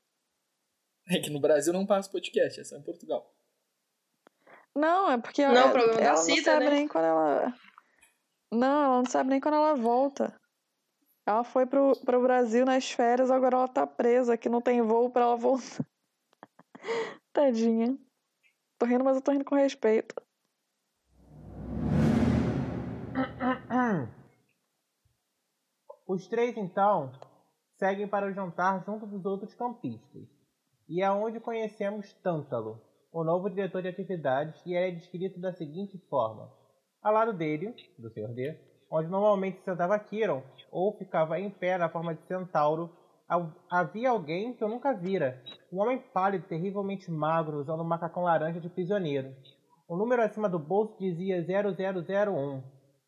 S1: É que no Brasil não passa podcast, é só em Portugal.
S3: Não, é porque
S4: Não,
S3: ela,
S4: o problema da
S3: ela não
S4: Cida,
S3: sabe
S4: né?
S3: nem quando ela. Não, ela não sabe nem quando ela volta. Ela foi pro, pro Brasil nas férias, agora ela tá presa, que não tem voo pra ela voltar. (laughs) Tadinha. Tô rindo, mas eu tô rindo com respeito.
S2: Hum. Os três, então, seguem para o jantar junto dos outros campistas. E é onde conhecemos Tântalo, o novo diretor de atividades, e ele é descrito da seguinte forma. Ao lado dele, do Sr. D, onde normalmente se sentava Kiron, ou ficava em pé na forma de centauro, hav- havia alguém que eu nunca vira. Um homem pálido, terrivelmente magro, usando um macacão laranja de prisioneiro. O número acima do bolso dizia 0001.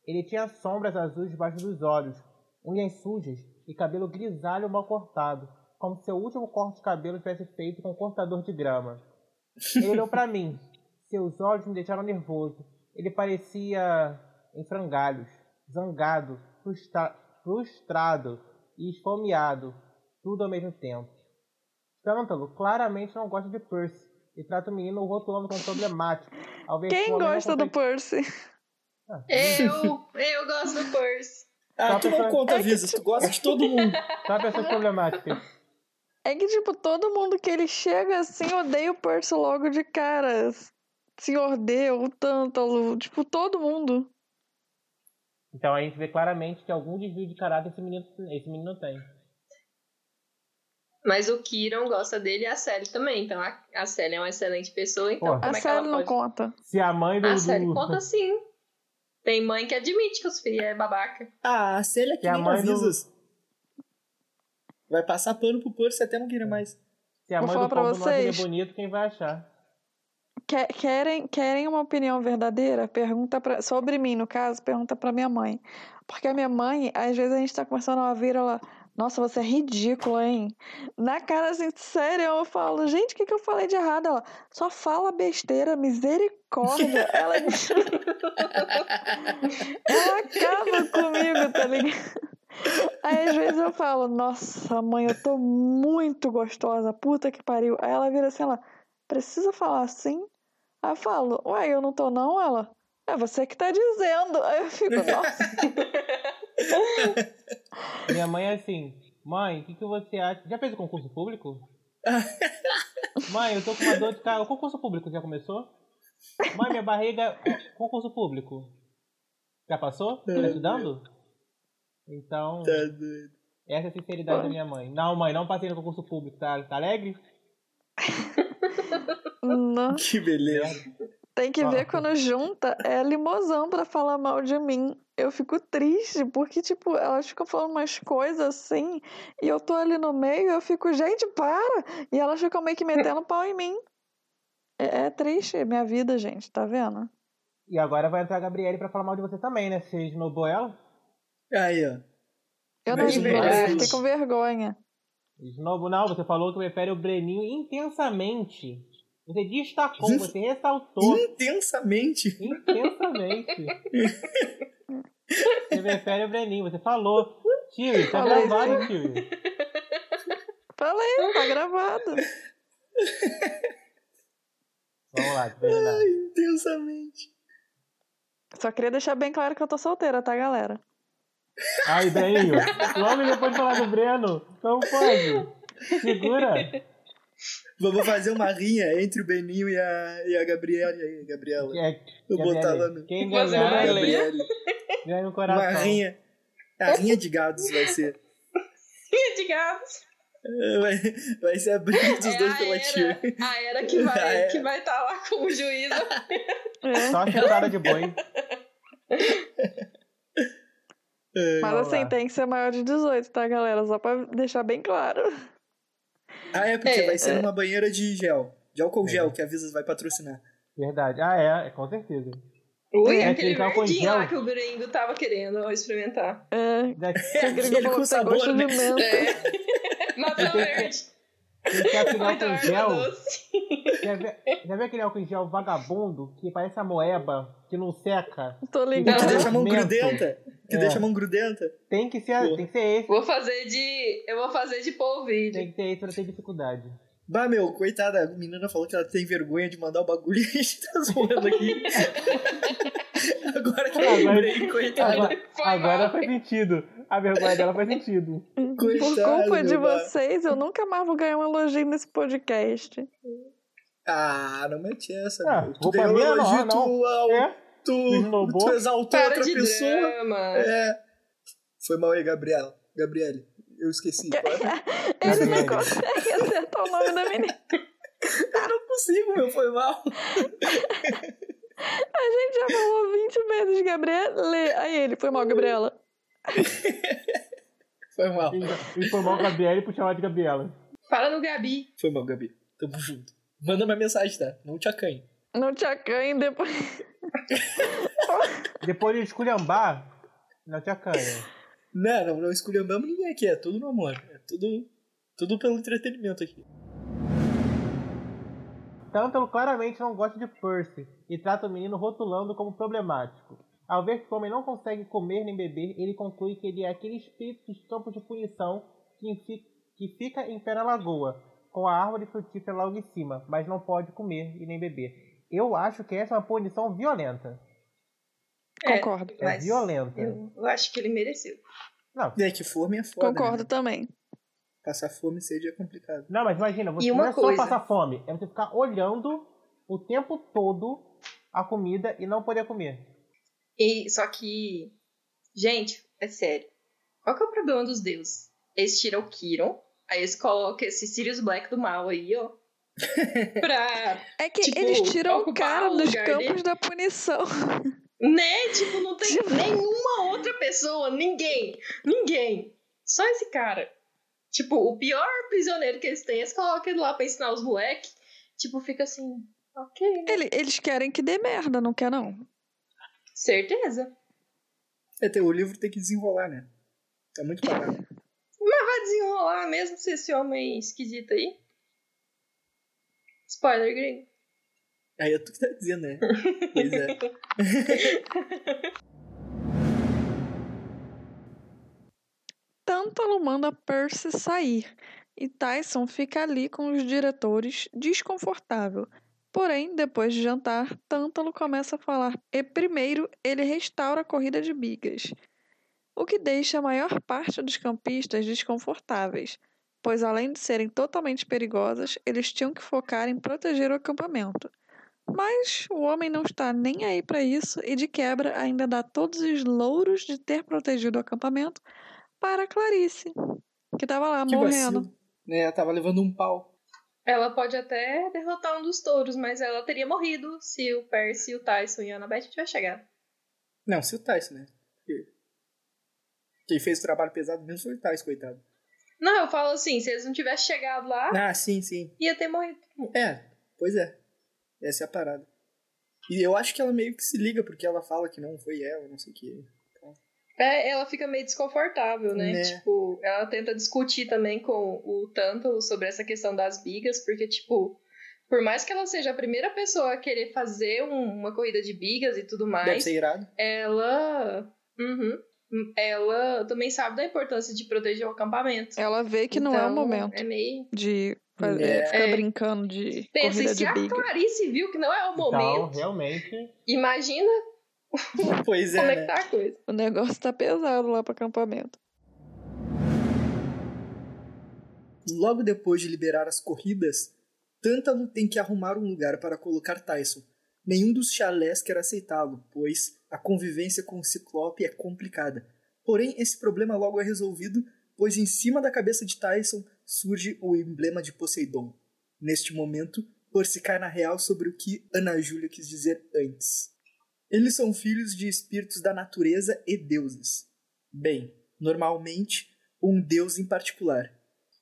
S2: Ele tinha sombras azuis debaixo dos olhos, unhas sujas e cabelo grisalho mal cortado, como se seu último corte de cabelo tivesse feito com um cortador de grama. Ele olhou pra mim. Seus olhos me deixaram nervoso. Ele parecia em frangalhos, zangado, frustra- frustrado e esfomeado, tudo ao mesmo tempo. Tântalo claramente não gosta de Percy e trata o menino o rotulando como problemático. Ao ver que
S3: Quem
S2: o homem é não
S3: gosta do
S2: consegue-
S3: Percy?
S4: Eu,
S2: (laughs)
S4: eu gosto do Percy.
S1: Ah,
S2: Só
S1: tu
S2: pessoa-
S1: não conta avisos, tu gosta é tipo de todo mundo.
S2: Só pessoas problemáticas.
S3: É que, tipo, todo mundo que ele chega assim odeia o Percy logo de cara. Senhor D, o Tântalo, tipo, todo mundo.
S2: Então a gente vê claramente que algum desvio de caráter esse menino, esse menino tem.
S4: Mas o Kiron gosta dele e a Sally também. Então a, a Sally é uma excelente pessoa,
S2: Porra.
S4: então
S3: A
S4: como é que
S3: série
S4: ela
S3: não
S4: pode.
S3: conta.
S2: Se a mãe
S3: Ah,
S2: do.
S4: A Sally
S2: do-
S4: conta sim. Tem mãe que admite que os filhos é (laughs) babaca.
S1: Ah, a Célia que
S2: Que a
S1: nem
S2: mãe do-
S1: avisos. Vai passar pano pro Percy até não queira mais.
S2: Se a
S3: Vou
S2: mãe
S3: falar
S2: do
S3: pra
S2: povo não acha ele
S3: vocês.
S2: bonito, quem vai achar?
S3: Que- Querem, querem uma opinião verdadeira? Pergunta pra, sobre mim, no caso, pergunta pra minha mãe. Porque a minha mãe, às vezes a gente tá conversando, ela vira, ela... Nossa, você é ridícula, hein? Na cara, assim, sério, eu falo... Gente, o que, que eu falei de errado? Ela só fala besteira, misericórdia. Ela... ela acaba comigo, tá ligado? Aí, às vezes eu falo... Nossa, mãe, eu tô muito gostosa. Puta que pariu. Aí ela vira assim, ela... Precisa falar assim? Aí eu falo, ué, eu não tô não, ela? É você que tá dizendo. Aí eu fico, nossa.
S2: Minha mãe é assim: mãe, o que, que você acha? Já fez o concurso
S3: (laughs)
S2: público? mãe, eu tô com uma dor de cara. O concurso público já começou? Mãe, minha barriga. Concurso público. Já passou? Tá estudando? Então,
S1: Tá doido.
S2: essa é a sinceridade da minha mãe. Não, mãe, não passei no concurso público. Tá, tá alegre?
S3: Não.
S1: Que beleza.
S3: Tem que
S2: Ah.
S3: ver quando junta, é limosão pra falar mal de mim. Eu fico triste, porque, tipo, elas ficam falando umas coisas assim, e eu tô ali no meio, eu fico, gente, para! E elas ficam meio que metendo pau em mim. É, é triste minha vida, gente, tá vendo?
S2: E agora vai entrar a Gabriele pra falar mal de você também, né? Você esnobou ela?
S1: Aí, ó.
S3: Eu não
S1: Beijo
S3: julgo, eu
S4: verdade.
S3: fiquei com vergonha.
S2: Esnobo, não, você falou que prefere o Breninho intensamente. Você destacou,
S1: Sim. (laughs)
S2: você ressaltou
S1: Intensamente.
S2: intensamente. Você prefere o Breninho, você falou. Tio, tá
S3: Falei,
S2: gravado, tio.
S3: Falei, tá gravado.
S2: Vamos lá, verdade.
S1: Intensamente.
S3: Só queria deixar bem claro que eu tô solteira, tá, galera?
S2: Ai, Breninho, logo depois de falar do Breno, não pode. Segura. É,
S1: Vamos fazer uma rinha entre o Beninho e a, e a Gabriela. E a Gabriela.
S2: É,
S1: Eu
S2: Gabriele,
S1: botava no.
S2: Quem
S4: Você
S2: ganhar,
S4: vai ler.
S1: Gabriele.
S2: Ganha um
S1: Uma
S2: é coração.
S1: rinha. A rinha de gados vai ser.
S4: de gatos.
S1: Vai, vai ser a briga dos
S4: é
S1: dois
S4: a
S1: pela
S4: era,
S1: tia.
S4: a era que
S1: A
S2: (laughs)
S4: vai
S2: É.
S1: era.
S4: estar vai tá lá com o juízo.
S3: É.
S2: Só chutada de boi.
S1: É.
S3: Mas
S2: Vamos
S3: assim,
S2: lá.
S3: tem que ser maior de 18, tá, galera? Só pra deixar bem claro.
S1: Ah, é porque
S4: É,
S1: vai ser
S3: é.
S1: numa banheira de gel. De álcool
S2: É.
S1: gel que a Visas vai patrocinar.
S2: Verdade. Ah, é, é, com certeza.
S4: Ui,
S2: É,
S4: aquele
S2: aquele álcool em
S4: verdinho
S2: gel.
S4: lá que o gringo tava querendo experimentar.
S3: É,
S2: Já que
S3: que o gringo
S1: Aquele
S3: falou
S1: com
S3: que tem
S1: sabor,
S3: gosto de
S1: né?
S3: menta.
S4: É. (laughs) Maçã verde.
S2: tem que
S4: Ou
S2: afinar
S4: então
S2: com
S4: erva
S2: gel.
S4: doce.
S2: Já viu, já viu aquele álcool em gel vagabundo que parece a moeba, que não seca?
S3: (laughs) Tô
S1: O que
S2: Aham.
S3: ligado.
S1: deixa a mão
S2: Mento.
S1: grudenta. Que
S2: É.
S1: deixa a mão grudenta.
S2: Tem que ser,
S1: Pô.
S2: tem que ser esse,
S4: Vou fazer de. Eu vou fazer de polvilho.
S2: tem que ser esse pra ter dificuldade.
S1: Bah, meu, coitada, a menina falou que ela tem vergonha de mandar o bagulho (laughs) e a gente tá zoando
S2: (laughs)
S1: aqui. Agora que eu
S2: Agora-
S1: lembrei, coitada.
S2: Ah, Agora,
S4: Foi
S2: agora
S4: mal.
S2: faz sentido. A vergonha dela faz sentido.
S3: Por
S1: Coitado,
S3: culpa de
S1: meu bar.
S3: vocês, eu nunca mais vou ganhar um elogio nesse podcast.
S1: Ah, não mete essa,
S2: Ah,
S1: meu. Tu
S2: roupa
S1: ganhou um
S2: minha,
S1: elogio,
S2: não, não.
S1: tu, ah,
S2: É?
S1: tu,
S2: Deslobou.
S1: tu (laughs) exaltou
S4: Para
S1: outra
S4: de
S1: pessoa.
S4: drama.
S1: É. Foi mal aí, Gabriela. Gabriele, eu
S2: (laughs)
S1: esqueci. qual é?
S3: Ele
S2: Gabriele.
S3: não consegue acertar o nome da menina.
S1: Eu não consigo, meu, foi mal.
S3: A gente já falou 20 vezes, Gabriela. Aí ele, foi mal, Gabriela.
S1: Foi mal.
S2: E- E foi mal com a Gabriela por chamar de Gabriela.
S4: Fala no Gabi.
S1: Foi mal, Gabi. Tamo junto. Manda uma mensagem, tá? Não te acanhe.
S3: Não te acanhe depois.
S2: Depois de esculhambar, não te acanha.
S1: Não, não, não esculhambamos ninguém aqui. É tudo no amor. É tudo, tudo pelo entretenimento aqui.
S2: Tântalo claramente não gosta de Percy e trata o menino rotulando como problemático. Ao ver que o homem não consegue comer nem beber, ele conclui que ele é aquele espírito dos campos de punição que, fi- que fica em pé na lagoa, com a árvore frutífera logo em cima, mas não pode comer e nem beber. Eu acho que essa é uma punição violenta.
S4: É.
S3: Concordo.
S2: É
S4: Mas
S2: violenta.
S4: Eu, eu acho que ele mereceu.
S2: Não,
S1: É que fome é foda.
S3: Concordo
S1: né?
S3: também.
S1: Passar fome e sede é complicado.
S2: não, mas imagina, você
S4: E uma
S2: não é
S4: coisa.
S2: só passar fome, é você ficar olhando o tempo todo a comida e não poder comer.
S4: E, só que. Gente, é sério. Qual que é o problema dos deuses? Eles tiram o Kiron, aí eles colocam esse Sirius Black do mal aí,
S1: (laughs)
S4: ó. Pra.
S3: É que
S4: Tipo,
S3: eles tiram o
S4: ocupar
S3: cara
S4: o
S3: dos
S4: lugar
S3: campos
S4: dele.
S3: da punição.
S4: Né? Tipo, não tem
S3: Tipo-
S4: nenhuma outra pessoa, ninguém. Ninguém. Só esse cara. Tipo, o pior prisioneiro que eles têm, eles colocam ele lá pra ensinar os moleques. Tipo, fica assim, ok, né?
S3: Ele- eles querem que dê merda, não quer não?
S4: Certeza.
S1: É, tem- o livro tem que desenrolar, né? Tá muito parado.
S4: Vai desenrolar mesmo se esse homem esquisito aí. Spoiler gringo.
S1: Aí é tu que tá dizendo, né? Pois é.
S3: Tântalo manda Percy sair e Tyson fica ali com os diretores, desconfortável. Porém, depois de jantar, Tântalo começa a falar e primeiro ele restaura a corrida de bigas, o que deixa a maior parte dos campistas desconfortáveis, pois além de serem totalmente perigosas, eles tinham que focar em proteger o acampamento. Mas o homem não está nem aí para isso e de quebra ainda dá todos os louros de ter protegido o acampamento para a Clarice, que tava lá
S1: Que
S3: morrendo.
S1: vacilo. Tipo Né, tava levando um pau.
S4: Ela pode até derrotar um dos touros, mas ela teria morrido se o Percy, o Tyson e a Annabeth tivessem chegado.
S1: Não, se o Tais, né? Porque Quem fez o trabalho pesado mesmo foi o Tais, coitado.
S4: Não, eu falo assim, se eles não tivessem chegado lá,
S1: Ah, sim, sim.
S4: ia ter morrido.
S1: É, pois é. Essa é a parada. E eu acho que ela meio que se liga, porque ela fala que não foi ela, não sei o quê.
S4: É, ela fica meio desconfortável, né?
S1: Né.
S4: Tipo, ela tenta discutir também com o Tântalo sobre essa questão das bigas, porque, tipo, por mais que ela seja a primeira pessoa a querer fazer um- uma corrida de bigas e tudo
S1: Deve
S4: mais,
S1: ser irado.
S4: ela. Uhum. Ela também sabe da importância de proteger o acampamento.
S3: Ela vê que não é o
S4: Então,
S3: momento
S4: É meio.
S3: de fazer-
S1: É.
S3: ficar brincando de
S4: Pensa, e
S3: corrida
S4: se
S3: de
S4: a
S3: biga.
S4: Clarice viu que não é o
S2: Então,
S4: momento,
S2: realmente,
S4: imagina
S1: Pois
S4: como
S1: é,
S4: é que
S1: né?
S4: tá a coisa.
S3: O negócio tá pesado lá pro acampamento.
S1: Logo depois de liberar as corridas, Tântalo tem que arrumar um lugar para colocar Tyson. Nenhum dos chalés quer aceitá-lo, pois a convivência com o Ciclope é complicada. Porém, esse problema logo é resolvido, pois em cima da cabeça de Tyson surge o emblema de Poseidon. Neste momento, Corsicar na real sobre o que Ana Júlia quis dizer antes. Eles são filhos de espíritos da natureza e deuses. Bem, normalmente, um deus em particular.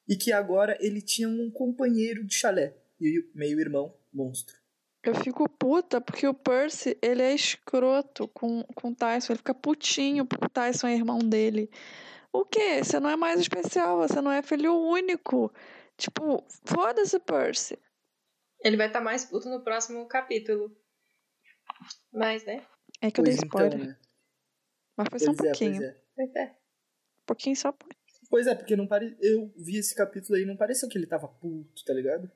S1: E que agora ele tinha um companheiro de chalé e meio-irmão monstro.
S3: Eu fico puta porque o Percy, ele é escroto com, com o Tyson. Ele fica putinho porque o Tyson é irmão dele. O quê? Você não é mais especial, você não é filho único. Tipo, foda-se, Percy.
S4: Ele vai estar mais puto no próximo capítulo. Mas, né?
S3: É que eu dei spoiler. Mas foi só um
S1: então. Pois é, pois
S3: pouquinho.
S1: é.
S4: Pois é.
S3: Um pouquinho só. pô.
S1: Pois é, porque não pare... eu vi esse capítulo aí e não pareceu que ele tava puto, tá ligado?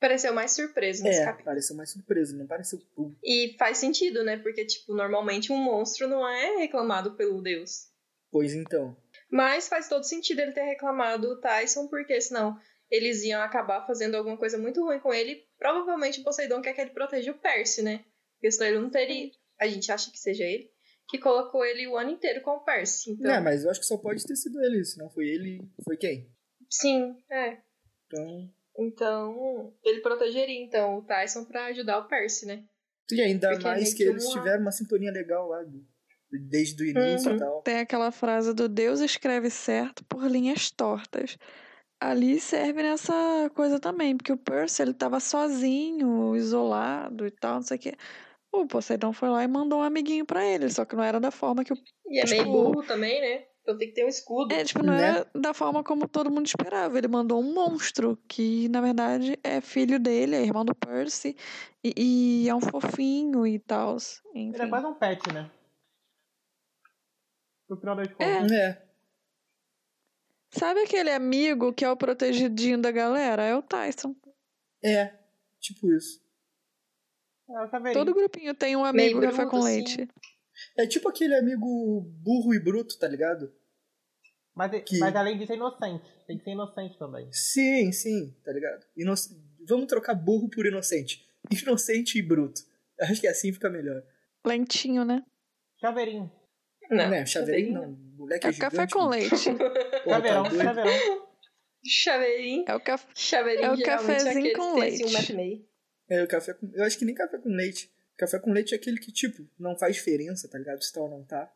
S4: Pareceu mais surpreso nesse
S1: é,
S4: capítulo.
S1: pareceu mais surpreso, não pareceu puto.
S4: E faz sentido, né? Porque, tipo, normalmente um monstro não é reclamado pelo deus.
S1: Pois então.
S4: Mas faz todo sentido ele ter reclamado o Tyson, porque senão eles iam acabar fazendo alguma coisa muito ruim com ele. Provavelmente o Poseidon quer que ele proteja o Percy, né? Porque senão ele não teria. A gente acha que seja ele, que colocou ele o ano inteiro com o Percy. Então,
S1: É, mas eu acho que só pode ter sido ele, se não foi ele, foi quem?
S4: sim, é.
S1: Então.
S4: Então, ele protegeria então o Tyson pra ajudar o Percy, né?
S1: E ainda
S4: Porque
S1: mais
S4: meio
S1: que
S4: que
S1: eles
S4: uma-
S1: tiveram uma sintonia legal lá, do- desde o início
S4: Uhum.
S1: e tal.
S3: Tem aquela frase do Deus escreve certo por linhas tortas. Ali serve nessa coisa também, porque o Percy, ele tava sozinho, isolado e tal, não sei o quê. O Poseidon foi lá e mandou um amiguinho pra ele, só que não era da forma que o
S4: E é
S3: Tipo-
S4: meio burro também, né? Então tem que ter um escudo.
S3: É, tipo, não
S1: Né?
S3: era da forma como todo mundo esperava. Ele mandou um monstro, que na verdade é filho dele, é irmão do Percy, e, e é um fofinho e tal.
S2: Ele é
S3: Enfim.
S2: quase um pet, né? No final das
S3: É.
S2: contas.
S1: É,
S3: Sabe aquele amigo que é o protegidinho da galera? É o Tyson.
S1: é. Tipo isso.
S2: É, o caveirinho.
S3: Todo grupinho tem um amigo que foi
S4: bruto,
S3: com
S4: assim.
S3: leite.
S1: É tipo aquele amigo burro e bruto, tá ligado?
S2: Mas,
S1: Que-
S2: mas além disso é inocente. Tem que ser inocente também.
S1: Sim, sim, tá ligado? Ino- Vamos trocar burro por inocente. (laughs) Inocente e bruto. Eu acho que assim fica melhor.
S3: Lentinho, né?
S2: Chaveirinho.
S4: Não,
S1: né? Chaveirinho
S4: chaveirinho
S1: não. Moleque
S3: É
S1: é
S3: o café
S1: gigante,
S3: com
S1: mano.
S3: leite.
S1: Porra, tá
S2: Chaveirão,
S1: doido?
S2: chaveirão.
S4: Chaveirinho.
S3: É o café.
S4: Chaveirinho
S3: É o
S4: geralmente
S3: cafezinho
S4: aquele
S3: com
S4: que tem assim, um
S3: leite.
S4: metro e meio.
S1: É, o café com... Eu acho que nem café com leite. Café com leite é aquele que, tipo, não faz diferença, tá ligado? Se tá ou não tá.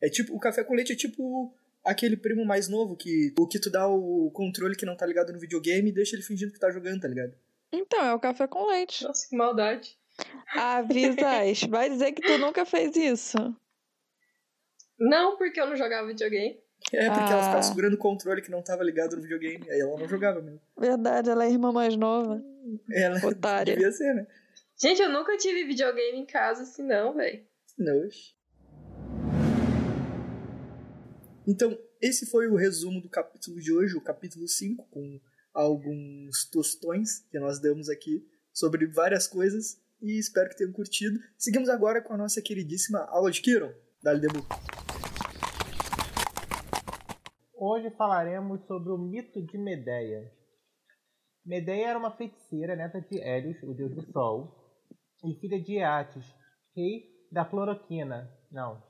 S1: É tipo, o café com leite é tipo aquele primo mais novo que o que tu dá o controle que não tá ligado no videogame e deixa ele fingindo que tá jogando, tá ligado?
S3: Então, é o café com leite.
S4: Nossa, que maldade.
S3: Avisas. Vai dizer que tu nunca fez isso.
S4: Não, porque eu não jogava videogame.
S1: É porque ela ficava
S3: Ah.
S1: segurando o controle que não tava ligado no videogame, aí ela não jogava mesmo.
S3: Verdade, ela é a irmã mais nova.
S1: Ela
S3: Otária.
S1: (laughs) devia ser, né?
S4: Gente, eu nunca tive videogame em casa assim, não, velho.
S1: Não. Então, esse foi o resumo do capítulo de hoje, o capítulo 5, com alguns tostões que nós damos aqui sobre várias coisas e espero que tenham curtido. Seguimos agora com a nossa queridíssima aula de Kiron. Dali Debu.
S2: Hoje falaremos sobre o mito de Medeia. Medeia era uma feiticeira neta de Hélios, o deus do sol, e filha de Eates, rei da cloroquina. Não,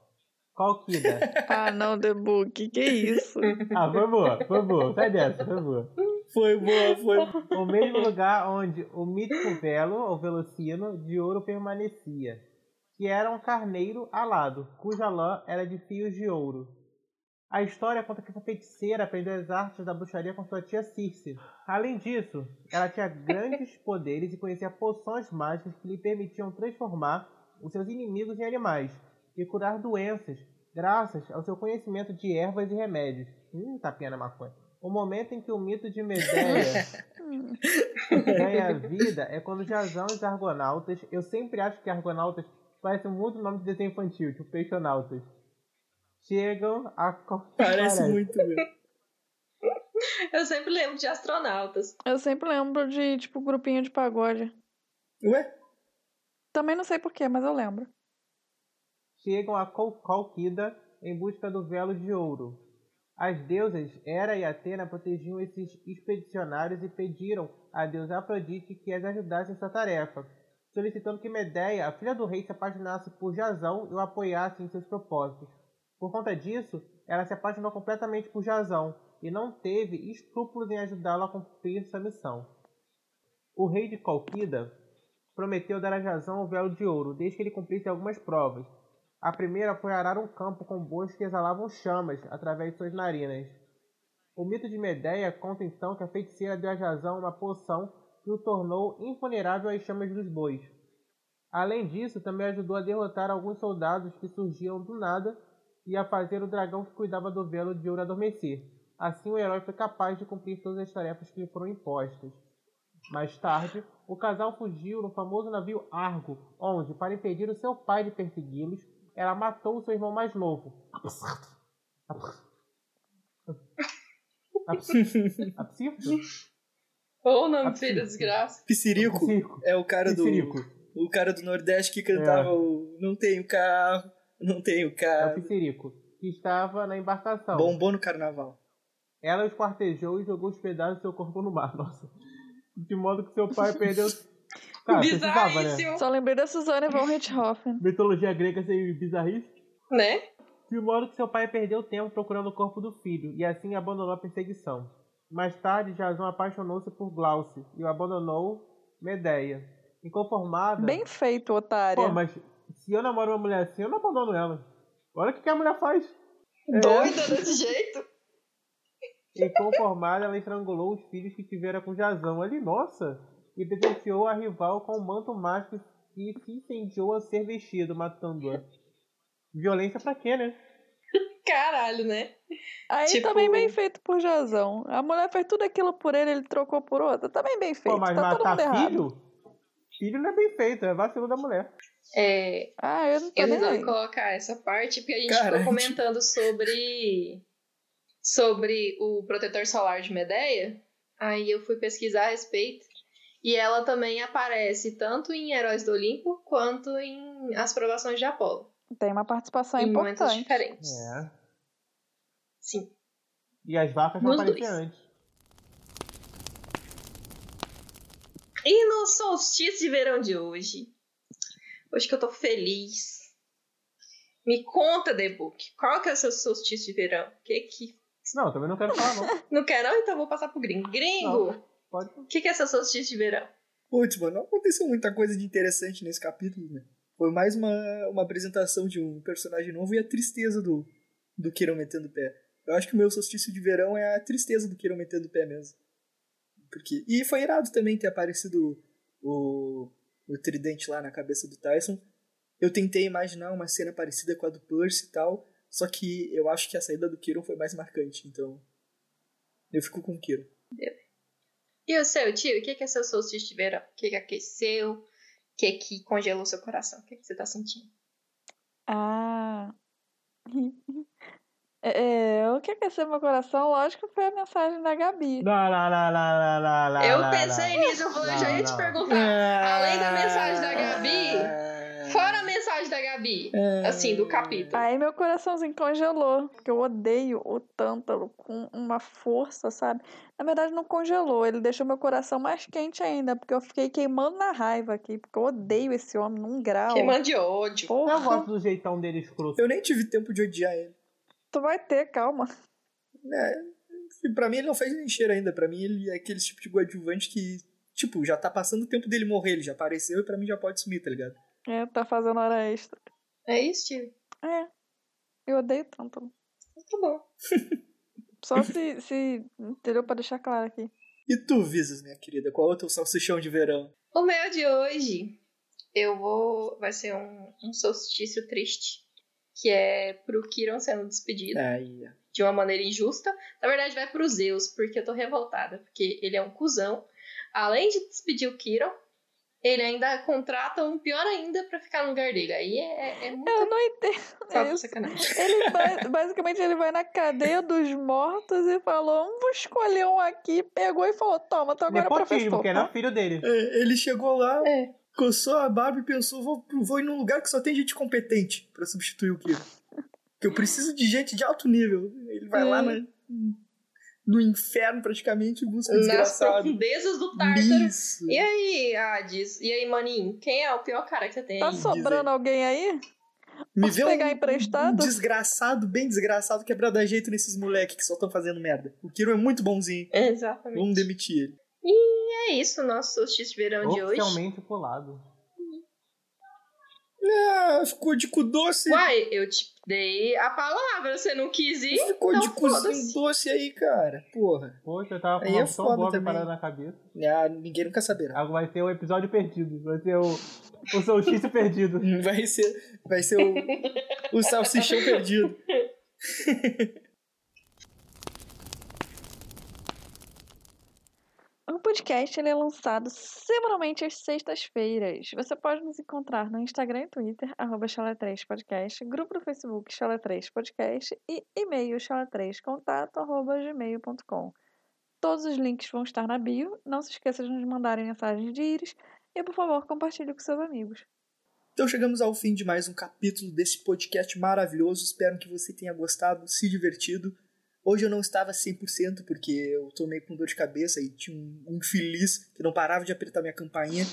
S2: Calquida.
S1: (laughs)
S3: Ah, não, The Book, que
S2: (laughs)
S3: é isso?
S2: Ah, foi boa, foi boa, sai dessa, foi boa.
S1: Foi boa, foi.
S2: (laughs) O mesmo lugar onde o mítico Velo, ou Velocino, de ouro permanecia, que era um carneiro alado, cuja lã era de fios de ouro. A história conta que essa feiticeira aprendeu as artes da bruxaria com sua tia Circe. Além disso, ela tinha grandes poderes e conhecia poções mágicas que lhe permitiam transformar os seus inimigos em animais e curar doenças, graças ao seu conhecimento de ervas e remédios. Hum, tapinha na maconha. O momento em que o mito de Medeia
S3: Hum,
S2: ganha vida é quando Jazão e os Argonautas. Eu sempre acho que Argonautas parece muito nome de desenho infantil, tipo Peixonautas. Chegam a. co-
S1: Parece muito, meu.
S4: Eu sempre lembro de astronautas.
S3: Eu sempre lembro de, tipo, grupinho de pagode.
S1: Ué?
S3: Também não sei porquê, mas eu lembro.
S2: Chegam a Col- Colquida em busca do velo de ouro. As deusas Hera e Atena protegiam esses expedicionários e pediram a deusa Afrodite que as ajudasse em sua tarefa, solicitando que Medeia, a filha do rei, se apaixonasse por Jasão e o apoiasse em seus propósitos. Por conta disso, ela se apaixonou completamente por Jasão e não teve escrúpulos em ajudá-lo a cumprir sua missão. O rei de Colquida prometeu dar a Jasão o véu de ouro, desde que ele cumprisse algumas provas. A primeira foi arar um campo com bois que exalavam chamas através de suas narinas. O mito de Medeia conta então que a feiticeira deu a Jasão uma poção que o tornou invulnerável às chamas dos bois. Além disso, também ajudou a derrotar alguns soldados que surgiam do nada e a fazer o dragão que cuidava do velo de ouro adormecer. Assim, o herói foi capaz de cumprir todas as tarefas que lhe foram impostas. Mais tarde, o casal fugiu no famoso navio Argo, onde, para impedir o seu pai de persegui-los, ela matou o seu irmão mais novo. (laughs) Tá
S4: Ou não,
S2: Assim.
S4: filho, desgraça.
S1: Pissirico é o cara do.
S2: Psirico.
S1: O cara do Nordeste que cantava
S2: É.
S1: o Não tenho carro, não tenho
S2: É o
S1: carro.
S2: Psirico, que estava na embarcação.
S1: Bombou no carnaval.
S2: Ela os quartejou e jogou os pedaços do seu corpo no mar. Nossa. De modo que seu pai perdeu. Cara, precisava, né?
S4: Bizarríssimo,
S3: Só lembrei da Suzane von Richthofen.
S2: Mitologia grega sem bizarrice.
S4: né?
S2: De modo que seu pai perdeu tempo procurando o corpo do filho e assim abandonou a perseguição. Mais tarde, Jason apaixonou-se por Glauce e o abandonou Medeia. Inconformada.
S3: Bem feito,
S2: Uhum. Pô,
S3: otária.
S2: mas se eu namoro uma mulher assim, eu não abandono ela. Olha o que que a mulher faz. É.
S4: Doida desse jeito?
S2: Inconformada, ela estrangulou os filhos que tivera com Jazão ali, nossa! E presenteou a rival com o manto mágico que se incendiou a ser vestido, matando-a. Violência pra quê, né?
S4: Caralho, né?
S3: Aí
S4: tipo-
S3: também bem feito por Jazão. A mulher fez tudo aquilo por ele, ele trocou por outra. Também bem feito.
S2: Pô, mas
S3: tá todo mundo
S2: matar
S3: errado.
S2: filho? Filho não é bem feito, é vacilo da mulher.
S4: É,
S3: Ah, eu não tô
S4: eu
S3: nem aí.
S4: resolvi colocar essa parte porque a gente
S1: Caralho.
S4: ficou comentando sobre sobre o protetor solar de Medeia. Aí eu fui pesquisar a respeito e ela também aparece tanto em Heróis do Olimpo quanto em As Provações de Apolo,
S3: Tem uma participação
S4: em momentos
S3: importante.
S4: diferentes.
S2: É.
S4: Sim.
S2: E as vacas não
S4: Nos
S2: apareciam
S4: dois.
S2: antes.
S4: E no solstício de verão de hoje, hoje que eu tô feliz. Me conta, The Book, qual que é o seu solstício de verão? O que que
S2: Não, também não quero falar,
S3: (laughs)
S2: não.
S4: Não quer não? Então vou passar pro gringo. Gringo,
S2: Pode.
S4: o que, que é essa solstício de verão?
S1: Putz, mano, não aconteceu muita coisa de interessante nesse capítulo, né? Foi mais uma, uma apresentação de um personagem novo e a tristeza do, do Queiroz metendo o pé. Eu acho que o meu solstício de verão é a tristeza do Queiroz metendo o pé mesmo. Porque... E foi irado também ter aparecido o, o tridente lá na cabeça do Tyson. Eu tentei imaginar uma cena parecida com a do Percy e tal, só que eu acho que a saída do Kiron foi mais marcante, então eu fico com o Kiron.
S4: E o seu, tio, o que, que é seu solstício de verão? O que, que aqueceu? O que, que congelou seu coração? O que, que você tá sentindo?
S3: Ah. (laughs) É, é, o que aqueceu meu coração, lógico, foi a mensagem da Gabi.
S2: Não, não, não, não, não, não, não.
S4: eu
S2: não,
S4: pensei nisso, eu falei,
S2: Não,
S4: já ia te
S2: não.
S4: perguntar. Além da mensagem da Gabi,
S1: Ah.
S4: fora a mensagem da Gabi, assim, do capítulo.
S3: Aí meu coraçãozinho congelou, porque eu odeio o Tântalo com uma força, sabe? Na verdade, não congelou, ele deixou meu coração mais quente ainda, porque eu fiquei queimando na raiva aqui, porque eu odeio esse homem num grau.
S4: Queimando de ódio.
S2: não.
S3: Porra,
S2: Eu gosto do jeitão dele escroto.
S1: Eu nem tive tempo de odiar ele.
S3: tu vai ter, calma.
S1: É, pra mim ele não faz nem cheiro ainda. Pra mim ele é aquele tipo de coadjuvante que, tipo, já tá passando o tempo dele morrer. Ele já apareceu e pra mim já pode sumir, tá ligado?
S3: É, tá fazendo hora extra.
S4: É isso, tio?
S3: É, eu odeio Tântalo.
S4: Muito bom. (laughs)
S3: Só se, se. Entendeu? Pra deixar claro aqui.
S1: E tu, Visas, minha querida, qual é o teu salsichão de verão?
S4: O meu de hoje, eu vou... Vai ser um, um solstício triste. Que é pro Kiron sendo despedido.
S1: Ai, é.
S4: de uma maneira injusta. Na verdade, vai pro Zeus, porque eu tô revoltada, porque ele é um cuzão. Além de despedir o Kiron, ele ainda contrata um pior ainda pra ficar no lugar dele. Aí é, é muito
S3: Eu não entendo. (laughs)
S4: falta de
S3: isso.
S4: sacanagem.
S3: Ele ba- basicamente ele vai na cadeia dos mortos e falou: "Hum, vou escolher um aqui, pegou e falou: toma, tu agora é
S2: Nepotismo,
S3: professor.
S2: que é
S3: tá?
S2: não filho dele.
S1: É, Ele chegou lá,
S4: É.
S1: coçou a barba e pensou: vou, vou ir num lugar que só tem gente competente pra substituir o Kiro. Que eu preciso de gente de alto nível. Ele vai lá
S3: É.
S1: na, no inferno praticamente, busca (laughs)
S4: Nas (laughs)
S1: desgraçado.
S4: profundezas do Tártaro.
S1: Isso.
S4: E aí, Hades? E aí, maninho? Quem é o pior cara que você tem?
S3: Tá
S4: aí?
S3: sobrando alguém aí?
S1: Me
S3: Posso
S1: vê um-
S3: pegar
S1: um
S3: emprestado?
S1: desgraçado, bem desgraçado, que é pra dar jeito nesses moleques que só estão fazendo merda. O Kiro é muito bonzinho.
S4: Exatamente.
S1: Vamos demitir ele.
S4: E é isso, nosso solstício de verão
S1: é um
S4: de hoje.
S2: Oficialmente pulado.
S1: Ah, ficou de cu doce.
S4: Uai, eu te dei a palavra, você não quis ir?
S1: Ficou
S4: Então,
S1: de cuzinho
S4: foda-se.
S1: doce aí, cara. Porra.
S2: Poxa, eu tava com
S1: Aí
S2: uma
S1: é
S2: opção
S1: foda
S2: boa
S1: também.
S2: preparada na cabeça.
S1: Ah, ninguém nunca saberá. (laughs)
S2: Ah, Vai ser o episódio perdido. Vai ser o, o solstício perdido.
S1: Vai ser, vai ser o, o salsichão
S4: (laughs)
S1: perdido.
S3: O podcast ele é lançado semanalmente às sextas-feiras. Você pode nos encontrar no Instagram e Twitter, arroba chalé3podcast, grupo no Facebook chalé3podcast e e-mail chalé3contato, arroba gmail.com. Todos os links vão estar na bio. Não se esqueça de nos mandarem mensagens de íris e, por favor, compartilhe com seus amigos.
S1: Então chegamos ao fim de mais um capítulo desse podcast maravilhoso. Espero que você tenha gostado, se divertido. Hoje eu não estava 100% porque eu tô meio com dor de cabeça e tinha um um infeliz que não parava de apertar minha campainha.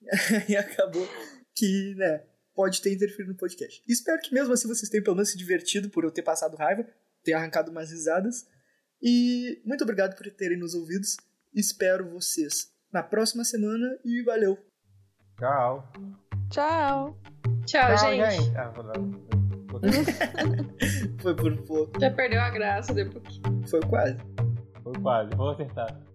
S1: (laughs) e acabou que, né, pode ter interferido no podcast. Espero que mesmo assim vocês tenham pelo menos se divertido por eu ter passado raiva, ter arrancado umas risadas. E muito obrigado por terem nos ouvidos. Espero vocês na próxima semana e valeu!
S2: Tchau.
S3: Tchau! Uhum.
S4: Tchau, gente.
S2: Ah, vou lá. Vou ter-
S1: Foi por pouco,
S4: Já perdeu a graça né? depois.
S1: foi quase.
S2: Foi quase. Vou acertar.